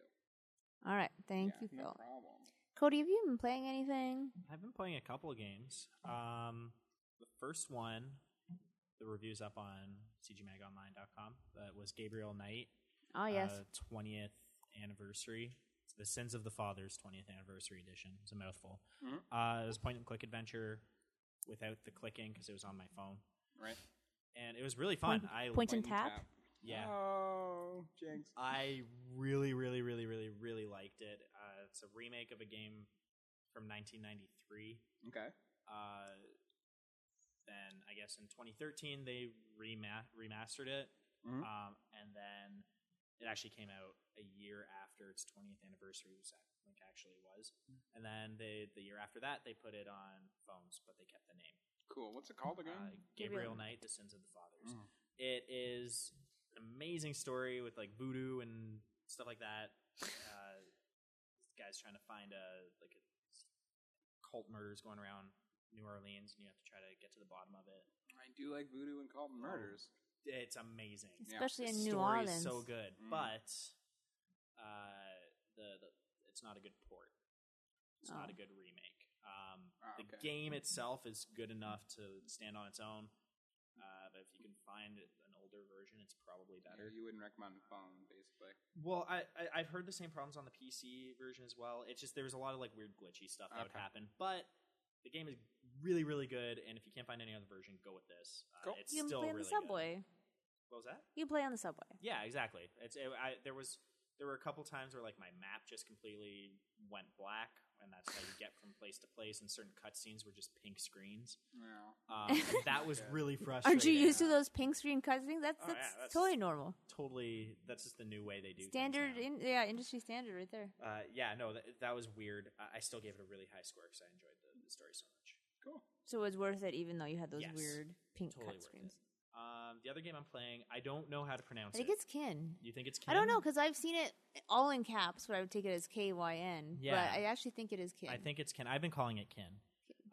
[SPEAKER 1] All right. Thank
[SPEAKER 2] Yeah,
[SPEAKER 1] you,
[SPEAKER 2] No
[SPEAKER 1] Phil.
[SPEAKER 2] problem.
[SPEAKER 1] Cody, have you been playing anything?
[SPEAKER 3] I've been playing a couple of games. Um, the first one, the review's up on cgmagonline.com. That was Gabriel Knight. Uh,
[SPEAKER 1] Oh yes.
[SPEAKER 3] Twentieth anniversary. It's the Sins of the Fathers twentieth anniversary edition. It's a mouthful.
[SPEAKER 2] Mhm.
[SPEAKER 3] Uh, it was point and click adventure without the clicking because it was on my phone,
[SPEAKER 2] Right.
[SPEAKER 3] and it was really fun.
[SPEAKER 1] Point-
[SPEAKER 3] I
[SPEAKER 1] point and
[SPEAKER 2] Point
[SPEAKER 1] tap?
[SPEAKER 3] yeah.
[SPEAKER 2] Oh, jinx.
[SPEAKER 3] I really, really, really, really, really liked it. Uh, it's a remake of a game from 1993.
[SPEAKER 2] Okay.
[SPEAKER 3] Uh, then I guess in 2013 they rema- remastered it,
[SPEAKER 2] Mhm.
[SPEAKER 3] um, and then it actually came out a year after its 20th anniversary, which I think actually was. And then they, the year after that, they put it on phones, but they kept the name.
[SPEAKER 2] Cool. What's it called again?
[SPEAKER 3] Uh,
[SPEAKER 1] Gabriel
[SPEAKER 3] Gabriel Knight, The Sins of the Fathers.
[SPEAKER 2] Mm.
[SPEAKER 3] It is an amazing story with like voodoo and stuff like that. Uh, this guy's trying to find a like a cult murders going around New Orleans, and you have to try to get to the bottom of it.
[SPEAKER 2] I do like voodoo and called murders.
[SPEAKER 3] It's amazing.
[SPEAKER 2] Yeah.
[SPEAKER 1] Especially
[SPEAKER 3] The
[SPEAKER 1] in New
[SPEAKER 3] story
[SPEAKER 1] Orleans.
[SPEAKER 3] is so good,
[SPEAKER 2] Mm.
[SPEAKER 3] but uh, the, the it's not a good port. It's not
[SPEAKER 1] Oh.
[SPEAKER 3] a good remake. Um,
[SPEAKER 2] Ah,
[SPEAKER 3] the
[SPEAKER 2] okay.
[SPEAKER 3] game itself is good enough to stand on its own, uh, but if you can find an older version, it's probably
[SPEAKER 2] Better.
[SPEAKER 3] better.
[SPEAKER 2] You wouldn't recommend phone, basically.
[SPEAKER 3] Well, I, I I've heard the same problems on the PC version as well. It's just there was a lot of like weird glitchy stuff that would
[SPEAKER 2] Okay.
[SPEAKER 3] happen, but. The game is really, really good, and if you can't find any other version, go with this. Uh,
[SPEAKER 2] Cool.
[SPEAKER 3] It's
[SPEAKER 1] you can
[SPEAKER 3] still
[SPEAKER 1] play on the
[SPEAKER 3] really good.
[SPEAKER 1] subway.
[SPEAKER 3] What was that?
[SPEAKER 1] You can play on the subway.
[SPEAKER 3] Yeah, exactly. It's it, I, there was there were a couple times where like my map just completely went black, and that's how you get from place to place. And certain cutscenes were just pink screens.
[SPEAKER 2] Yeah.
[SPEAKER 1] [LAUGHS]
[SPEAKER 3] Um, and that was
[SPEAKER 2] [LAUGHS] Yeah.
[SPEAKER 3] really frustrating.
[SPEAKER 1] Aren't you used to those pink screen cutscenes? That's
[SPEAKER 3] Oh,
[SPEAKER 1] that's,
[SPEAKER 3] yeah, that's-
[SPEAKER 1] totally normal.
[SPEAKER 3] Totally, that's just the new way they do things
[SPEAKER 1] Standard,
[SPEAKER 3] now.
[SPEAKER 1] in, yeah, industry standard right there.
[SPEAKER 3] uh, yeah, no, that, that was weird. I, I still gave it a really high score because I enjoyed the, the story so much.
[SPEAKER 2] Cool.
[SPEAKER 1] So it was worth it, even though you had those
[SPEAKER 3] Yes.
[SPEAKER 1] weird pink
[SPEAKER 3] Totally worth
[SPEAKER 1] cutscenes.
[SPEAKER 3] Um, the other game I'm playing, I don't know how to pronounce
[SPEAKER 1] I think
[SPEAKER 3] it.
[SPEAKER 1] it's kin.
[SPEAKER 3] you think it's?
[SPEAKER 1] I don't
[SPEAKER 3] Kin?
[SPEAKER 1] know because I've seen it all in caps, but I would take it as K Y N.
[SPEAKER 3] Yeah.
[SPEAKER 1] But I actually think it is kin.
[SPEAKER 3] I think it's Ken. I've been calling it Ken.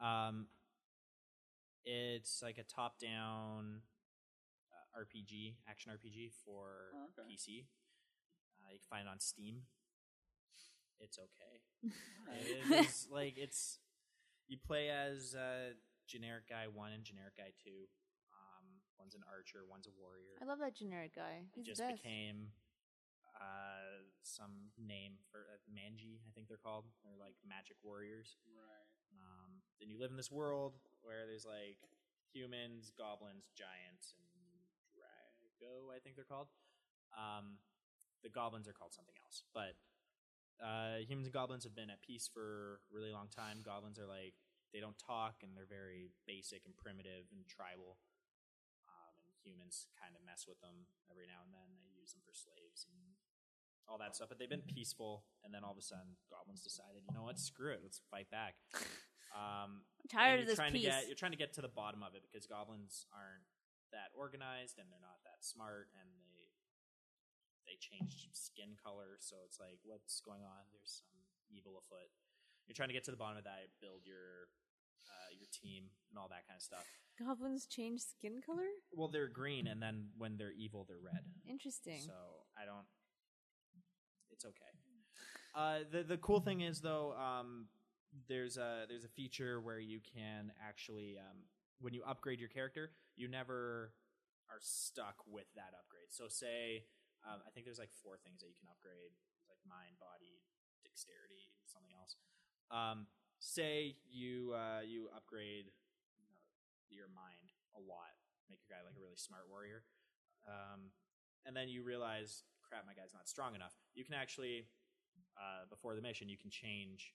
[SPEAKER 3] Um, it's like a top-down uh, RPG, action RPG for
[SPEAKER 2] Oh, okay.
[SPEAKER 3] PC. Uh, you can find it on Steam. It's okay. [LAUGHS] it is like it's you play as uh, generic guy one and generic guy two. Um, one's an archer, one's a warrior.
[SPEAKER 1] I love that generic guy.
[SPEAKER 3] It
[SPEAKER 1] He's
[SPEAKER 3] just
[SPEAKER 1] the best.
[SPEAKER 3] became uh, some name for uh, Manji, I think they're called. They're like magic warriors.
[SPEAKER 2] Right.
[SPEAKER 3] Um, then you live in this world where there's like humans, goblins, giants, and drago. I think they're called. Um, the goblins are called something else, but uh, humans and goblins have been at peace for a really long time. Goblins are like they don't talk and they're very basic and primitive and tribal. Um, and humans kind of mess with them every now and then. They use them for slaves and all that stuff. But they've been peaceful, and then all of a sudden, goblins decided, you know what? Screw it. Let's fight back. Um,
[SPEAKER 1] I'm tired
[SPEAKER 3] and
[SPEAKER 1] of this
[SPEAKER 3] you're trying
[SPEAKER 1] piece.
[SPEAKER 3] To get, you're trying to get to the bottom of it because goblins aren't that organized and they're not that smart, and they they changed skin color, so it's like, what's going on? There's some evil afoot. You're trying to get to the bottom of that, build your uh, your team and all that kind of stuff.
[SPEAKER 1] Goblins change skin color.
[SPEAKER 3] Well, they're green, and then when they're evil, they're red.
[SPEAKER 1] Interesting.
[SPEAKER 3] So I don't. It's okay. Uh, the the cool thing is though, um, there's a there's a feature where you can actually um, when you upgrade your character, you never are stuck with that upgrade. So say um, I think there's like four things that you can upgrade, like mind, body, dexterity, and something else. Um, say you uh, you upgrade you know, your mind a lot, make your guy like a really smart warrior. Um, and then you realize, crap, my guy's not strong enough. You can actually, uh, before the mission, you can change.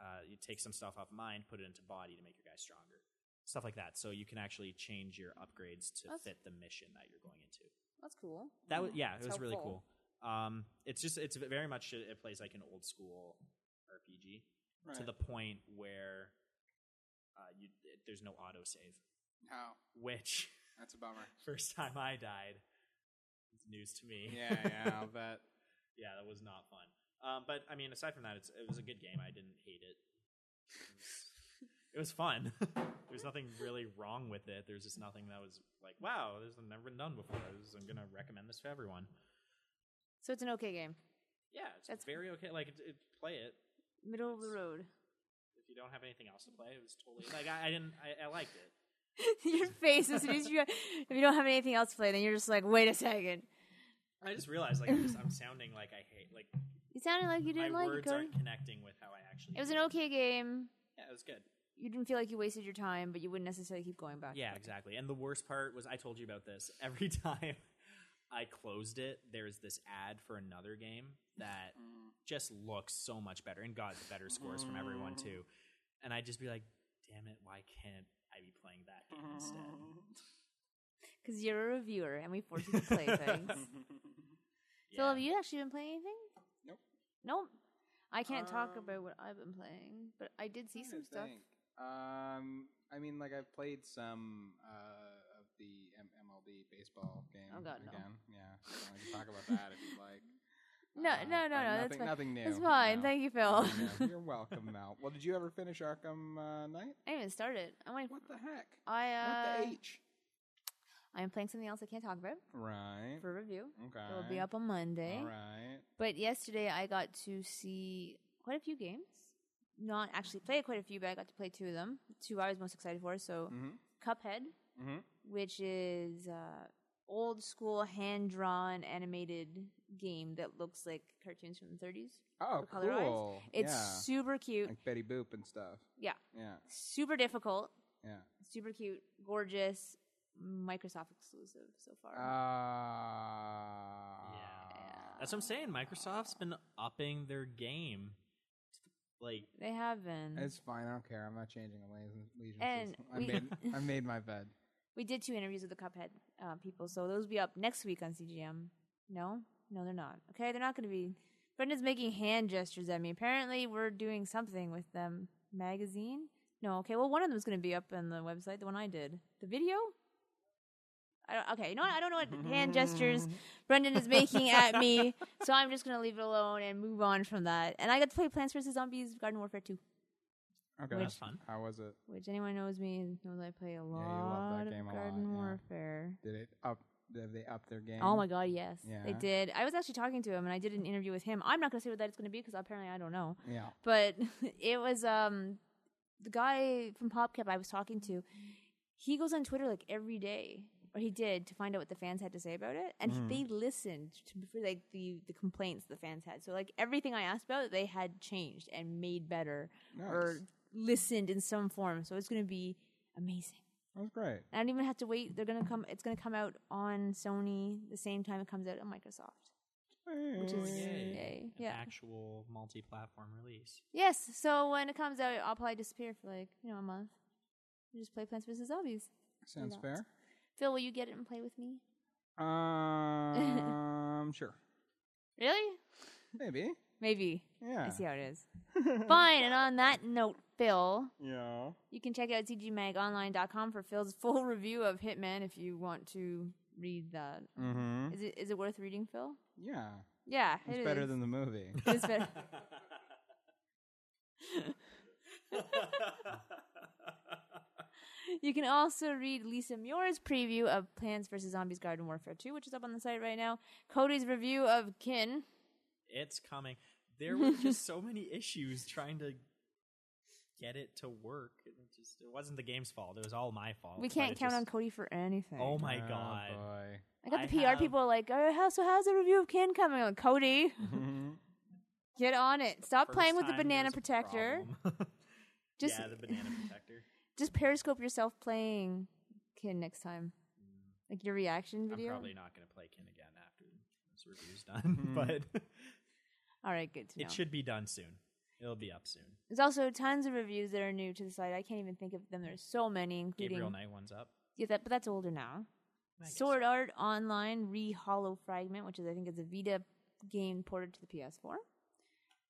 [SPEAKER 3] Uh, you take some stuff off mind, put it into body to make your guy stronger, stuff like that. So you can actually change your upgrades to
[SPEAKER 1] That's-
[SPEAKER 3] fit the mission that you're going into.
[SPEAKER 1] That's cool.
[SPEAKER 3] That was yeah, it
[SPEAKER 1] It's
[SPEAKER 3] was really
[SPEAKER 1] helpful.
[SPEAKER 3] cool. Um, it's just it's very much it, it plays like an old school RPG
[SPEAKER 2] Right.
[SPEAKER 3] to the point where uh, you, there's no autosave,
[SPEAKER 2] No,
[SPEAKER 3] which [LAUGHS]
[SPEAKER 2] that's a [LAUGHS] bummer.
[SPEAKER 3] first time I died, it's news to me.
[SPEAKER 2] yeah, yeah, I'll bet.
[SPEAKER 3] [LAUGHS] yeah, that was not fun. Um, but I mean, aside from that, it's, it was a good game. I didn't hate it. It was, it was fun. [LAUGHS] There's nothing really wrong with it. There's just nothing that was like, wow, this has never been done before. This is- I'm gonna recommend this to everyone.
[SPEAKER 1] So it's an okay game.
[SPEAKER 3] Yeah, it's
[SPEAKER 1] That's-
[SPEAKER 3] very okay. Like, it, it, play it
[SPEAKER 1] Middle of the road. [LAUGHS]
[SPEAKER 3] if you don't have anything else to play. It was totally like I, I didn't. I, I liked it.
[SPEAKER 1] Your face as soon as you if you don't have anything else to play, then you're just like, wait a second.
[SPEAKER 3] I just realized like I'm, just, I'm sounding like I hate like
[SPEAKER 1] You sounded like you didn't
[SPEAKER 3] my
[SPEAKER 1] like it,
[SPEAKER 3] words
[SPEAKER 1] Cody.
[SPEAKER 3] aren't connecting with how I actually.
[SPEAKER 1] It was an okay game.
[SPEAKER 3] yeah, it was good.
[SPEAKER 1] You didn't feel like you wasted your time, but you wouldn't necessarily keep going back.
[SPEAKER 3] Yeah, exactly. And the worst part was I told you about this. [LAUGHS] Every time I closed it, there's this ad for another game that just looks so much better and got better scores from everyone
[SPEAKER 1] Oh.
[SPEAKER 3] too. And I'd just be like, damn it, why can't I be playing that game
[SPEAKER 1] Oh.
[SPEAKER 3] instead?
[SPEAKER 2] [LAUGHS]
[SPEAKER 1] Because you're a reviewer and we force you
[SPEAKER 3] [LAUGHS]
[SPEAKER 1] to play things. Phil, have you actually been playing anything?
[SPEAKER 2] Nope.
[SPEAKER 1] Nope. I can't talk
[SPEAKER 2] Um,
[SPEAKER 1] about what I've been playing, but I did see some stuff.
[SPEAKER 2] Trying to think. Um, I mean, like I've played some uh, of the M- MLB baseball game.
[SPEAKER 1] Oh, God, no.
[SPEAKER 2] again. Yeah, so we can talk about that if you like.
[SPEAKER 1] [LAUGHS] No,
[SPEAKER 2] Uh,
[SPEAKER 1] no, no, no.
[SPEAKER 2] but
[SPEAKER 1] That's
[SPEAKER 2] nothing,
[SPEAKER 1] fine.
[SPEAKER 2] nothing new.
[SPEAKER 1] That's fine.
[SPEAKER 2] no.
[SPEAKER 1] Thank you,
[SPEAKER 3] [LAUGHS]
[SPEAKER 1] Phil.
[SPEAKER 2] Nothing new. You're welcome, Mel. Well, did you ever finish Arkham uh, Knight?
[SPEAKER 1] I didn't even start it. I went.
[SPEAKER 2] What the heck?
[SPEAKER 1] I uh,
[SPEAKER 2] what the H?
[SPEAKER 1] I'm playing something else I can't talk about
[SPEAKER 2] Right.
[SPEAKER 1] for review.
[SPEAKER 2] Okay.
[SPEAKER 1] It will be up on Monday.
[SPEAKER 2] All right.
[SPEAKER 1] But yesterday I got to see quite a few games. Not actually play quite a few, but I got to play two of them. Two I was most excited for. So
[SPEAKER 2] Mm-hmm.
[SPEAKER 1] Cuphead,
[SPEAKER 2] Mm-hmm.
[SPEAKER 1] which is uh, old school hand drawn animated game that looks like cartoons from the 30s.
[SPEAKER 2] Oh,
[SPEAKER 1] The color eyes?
[SPEAKER 2] cool.
[SPEAKER 1] It's
[SPEAKER 2] yeah.
[SPEAKER 1] super cute.
[SPEAKER 2] like Betty Boop and stuff.
[SPEAKER 1] yeah,
[SPEAKER 2] Yeah.
[SPEAKER 1] super difficult,
[SPEAKER 2] Yeah.
[SPEAKER 1] super cute, gorgeous. Microsoft exclusive so far.
[SPEAKER 2] Uh,
[SPEAKER 3] That's what I'm saying. Microsoft's been upping their game. Like,
[SPEAKER 1] they have been.
[SPEAKER 2] It's fine. I don't care. I'm not changing allegiance- allegiances.
[SPEAKER 1] And
[SPEAKER 2] I
[SPEAKER 1] we- [LAUGHS]
[SPEAKER 2] made I made my bed.
[SPEAKER 1] We did two interviews with the Cuphead uh, people, so those will be up next week on CGM. No, no, they're not. Okay, they're not going to be. Brendan's making hand gestures at me. Apparently, we're doing something with them. Magazine? No. Okay. Well, one of them's going to be up on the website. The one I did. The video. I don't, okay. You know what? I don't know what hand gestures Brendan is making at me, so I'm just going to leave it alone and move on from that. And I got to play Plants vs Zombies Garden Warfare 2,
[SPEAKER 2] [LAUGHS] Okay,
[SPEAKER 1] Which-
[SPEAKER 3] That's fun.
[SPEAKER 2] How was it?
[SPEAKER 1] which anyone knows me knows I play a lot
[SPEAKER 2] love that
[SPEAKER 1] of
[SPEAKER 2] game a lot,
[SPEAKER 1] Garden
[SPEAKER 2] yeah.
[SPEAKER 1] Warfare.
[SPEAKER 2] Did it up? Did they up their game?
[SPEAKER 1] Oh my god, yes, they
[SPEAKER 2] Yeah.
[SPEAKER 1] did. I was actually talking to him, and I did an interview with him. I'm not going to say what that it's going to be because apparently I don't know.
[SPEAKER 2] Yeah.
[SPEAKER 1] But [LAUGHS] it was um the guy from PopCap I was talking to. He goes on Twitter like every day, or he did, to find out what the fans had to say about it, and
[SPEAKER 2] Mm.
[SPEAKER 1] they listened to for, like the the complaints the fans had. So like everything I asked about, they had changed and made better or
[SPEAKER 2] Nice.
[SPEAKER 1] listened in some form. So it's going to be amazing.
[SPEAKER 2] That was great.
[SPEAKER 1] I don't even have to wait. They're gonna come. It's gonna come out on Sony the same time it comes out on Microsoft, which is
[SPEAKER 3] Yay.
[SPEAKER 1] yay.
[SPEAKER 3] An
[SPEAKER 1] Yeah.
[SPEAKER 3] actual multi-platform release.
[SPEAKER 1] Yes. So when it comes out, I'll probably disappear for like you know a month. You just play Plants vs Zombies.
[SPEAKER 2] Sounds
[SPEAKER 1] Lots.
[SPEAKER 2] fair.
[SPEAKER 1] Phil, will you get it and play with me? [LAUGHS]
[SPEAKER 2] Um, sure.
[SPEAKER 1] Really?
[SPEAKER 2] Maybe.
[SPEAKER 1] Maybe.
[SPEAKER 2] Yeah.
[SPEAKER 1] I
[SPEAKER 2] [LAUGHS]
[SPEAKER 1] see how it is. Fine. And on that note, Phil,
[SPEAKER 2] Yeah.
[SPEAKER 1] you can check out cgmagonline.com for Phil's [LAUGHS] full review of Hitman if you want to read that.
[SPEAKER 2] Mm-hmm.
[SPEAKER 1] Is it is it worth reading, Phil?
[SPEAKER 2] Yeah.
[SPEAKER 1] Yeah,
[SPEAKER 2] It's
[SPEAKER 1] it
[SPEAKER 2] better
[SPEAKER 1] is.
[SPEAKER 2] than the movie.
[SPEAKER 1] It is better. You can also read Lisa Muir's preview of Plants vs. Zombies Garden Warfare 2, which is up on the site right now. Cody's review of Kin.
[SPEAKER 3] [LAUGHS] it's coming. There were just so many issues trying to get it to work. It just it wasn't the game's fault. It was all my fault.
[SPEAKER 1] We
[SPEAKER 3] but
[SPEAKER 1] can't
[SPEAKER 3] it
[SPEAKER 1] count on
[SPEAKER 3] Oh, just-
[SPEAKER 1] Cody for anything.
[SPEAKER 3] Oh my
[SPEAKER 2] Oh,
[SPEAKER 3] god!
[SPEAKER 2] boy.
[SPEAKER 1] I got
[SPEAKER 3] I
[SPEAKER 1] the PR
[SPEAKER 3] have-
[SPEAKER 1] people like, oh, how, so how's the review of Kin coming? I'm like, Cody, Mm-hmm. get on it. Stop
[SPEAKER 3] First
[SPEAKER 1] playing with the
[SPEAKER 3] time
[SPEAKER 1] banana
[SPEAKER 3] there's a
[SPEAKER 1] protector.
[SPEAKER 3] problem. [LAUGHS]
[SPEAKER 1] Just,
[SPEAKER 3] yeah,
[SPEAKER 1] [LAUGHS]
[SPEAKER 3] the banana protector.
[SPEAKER 1] just periscope yourself playing Kin next time. Like your reaction
[SPEAKER 3] I'm
[SPEAKER 1] video.
[SPEAKER 3] probably not going to play Kin again after this review's
[SPEAKER 1] Hmm.
[SPEAKER 3] done, [LAUGHS] but
[SPEAKER 1] All right, good to know.
[SPEAKER 3] it should be done soon. It'll be up soon.
[SPEAKER 1] There's also tons of reviews that are new to the site. I can't even think of them. There's so many, including
[SPEAKER 3] Gabriel Knight one's up.
[SPEAKER 1] Yeah, that, but that's older now.
[SPEAKER 3] I guess.
[SPEAKER 1] Sword Art Online Re Hollow Fragment, which is I think is a Vita game ported to the PS4.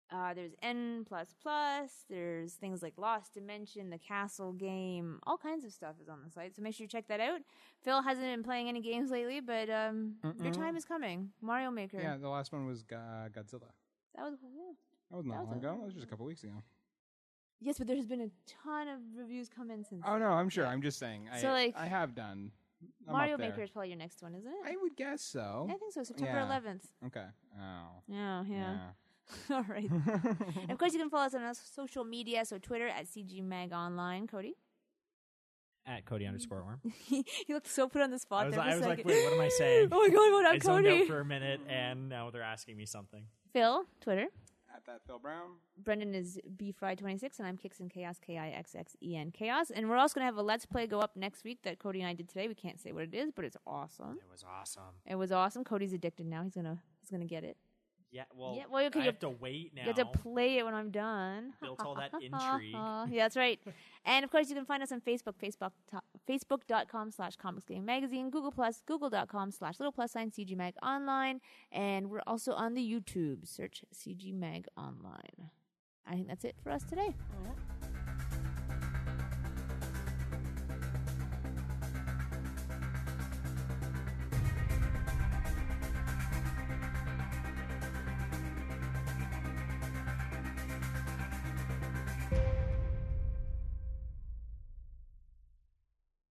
[SPEAKER 1] Uh, there's N plus plus. There's things like Lost Dimension, the Castle game, all kinds of stuff is on the site. So make sure you check that out. Phil hasn't been playing any games lately, but um, your
[SPEAKER 2] Mm-mm.
[SPEAKER 1] time is coming. Mario Maker.
[SPEAKER 2] Yeah, the last one was uh, Godzilla.
[SPEAKER 1] That was yeah.
[SPEAKER 2] That was
[SPEAKER 1] That
[SPEAKER 2] not
[SPEAKER 1] was
[SPEAKER 2] long
[SPEAKER 1] a-
[SPEAKER 2] ago. That was just a couple weeks ago.
[SPEAKER 1] yes, but there's been a ton of reviews come in since.
[SPEAKER 2] Oh no, I'm sure. I'm just saying. I,
[SPEAKER 1] So, like,
[SPEAKER 2] I have done I'm up
[SPEAKER 1] Mario
[SPEAKER 2] there.
[SPEAKER 1] Maker is probably your next one, isn't it?
[SPEAKER 2] I would guess so.
[SPEAKER 1] I, think so. September
[SPEAKER 2] yeah.
[SPEAKER 1] 11th.
[SPEAKER 2] Okay. Oh.
[SPEAKER 1] Yeah, yeah. [LAUGHS] all right.
[SPEAKER 3] Mm-hmm.
[SPEAKER 1] And [LAUGHS] of course, you can follow us on our social media. So Twitter at CGMagOnline. Cody, [LAUGHS]
[SPEAKER 3] At Cody underscore Worm.
[SPEAKER 1] he looked so put on the spot.
[SPEAKER 3] I was,
[SPEAKER 1] there for
[SPEAKER 3] I
[SPEAKER 1] a
[SPEAKER 3] was like,
[SPEAKER 1] second.
[SPEAKER 3] wait, what am I saying?
[SPEAKER 1] [LAUGHS] oh my god, what
[SPEAKER 3] I
[SPEAKER 1] up,
[SPEAKER 3] zoned out
[SPEAKER 1] Cody?
[SPEAKER 3] for a minute, and now they're asking me something.
[SPEAKER 1] Phil, Twitter.
[SPEAKER 2] At that Phil Brown.
[SPEAKER 1] Brendan is bfry26, and I'm Kicks and Chaos, K I X X E N Chaos. And we're also going to have a Let's Play go up next week that Cody and I did today. We can't say what it is, but it's awesome.
[SPEAKER 3] It was awesome.
[SPEAKER 1] It was awesome. Cody's addicted now. He's going to he's gonna get it.
[SPEAKER 3] Yeah, well,
[SPEAKER 1] Yeah, well, okay,
[SPEAKER 3] I
[SPEAKER 1] you-
[SPEAKER 3] have to wait now.
[SPEAKER 1] You have to play it when I'm done. [LAUGHS]
[SPEAKER 3] Built all that intrigue.
[SPEAKER 1] yeah, that's right. And of course, you can find us on Facebook, Facebook, Facebook.com slash Comics Game Magazine, Google Plus, Google.com slash Little Plus Sign, CG Mag Online. And we're also on the YouTube. Search CG Mag Online. I think that's it for us today.
[SPEAKER 2] All right.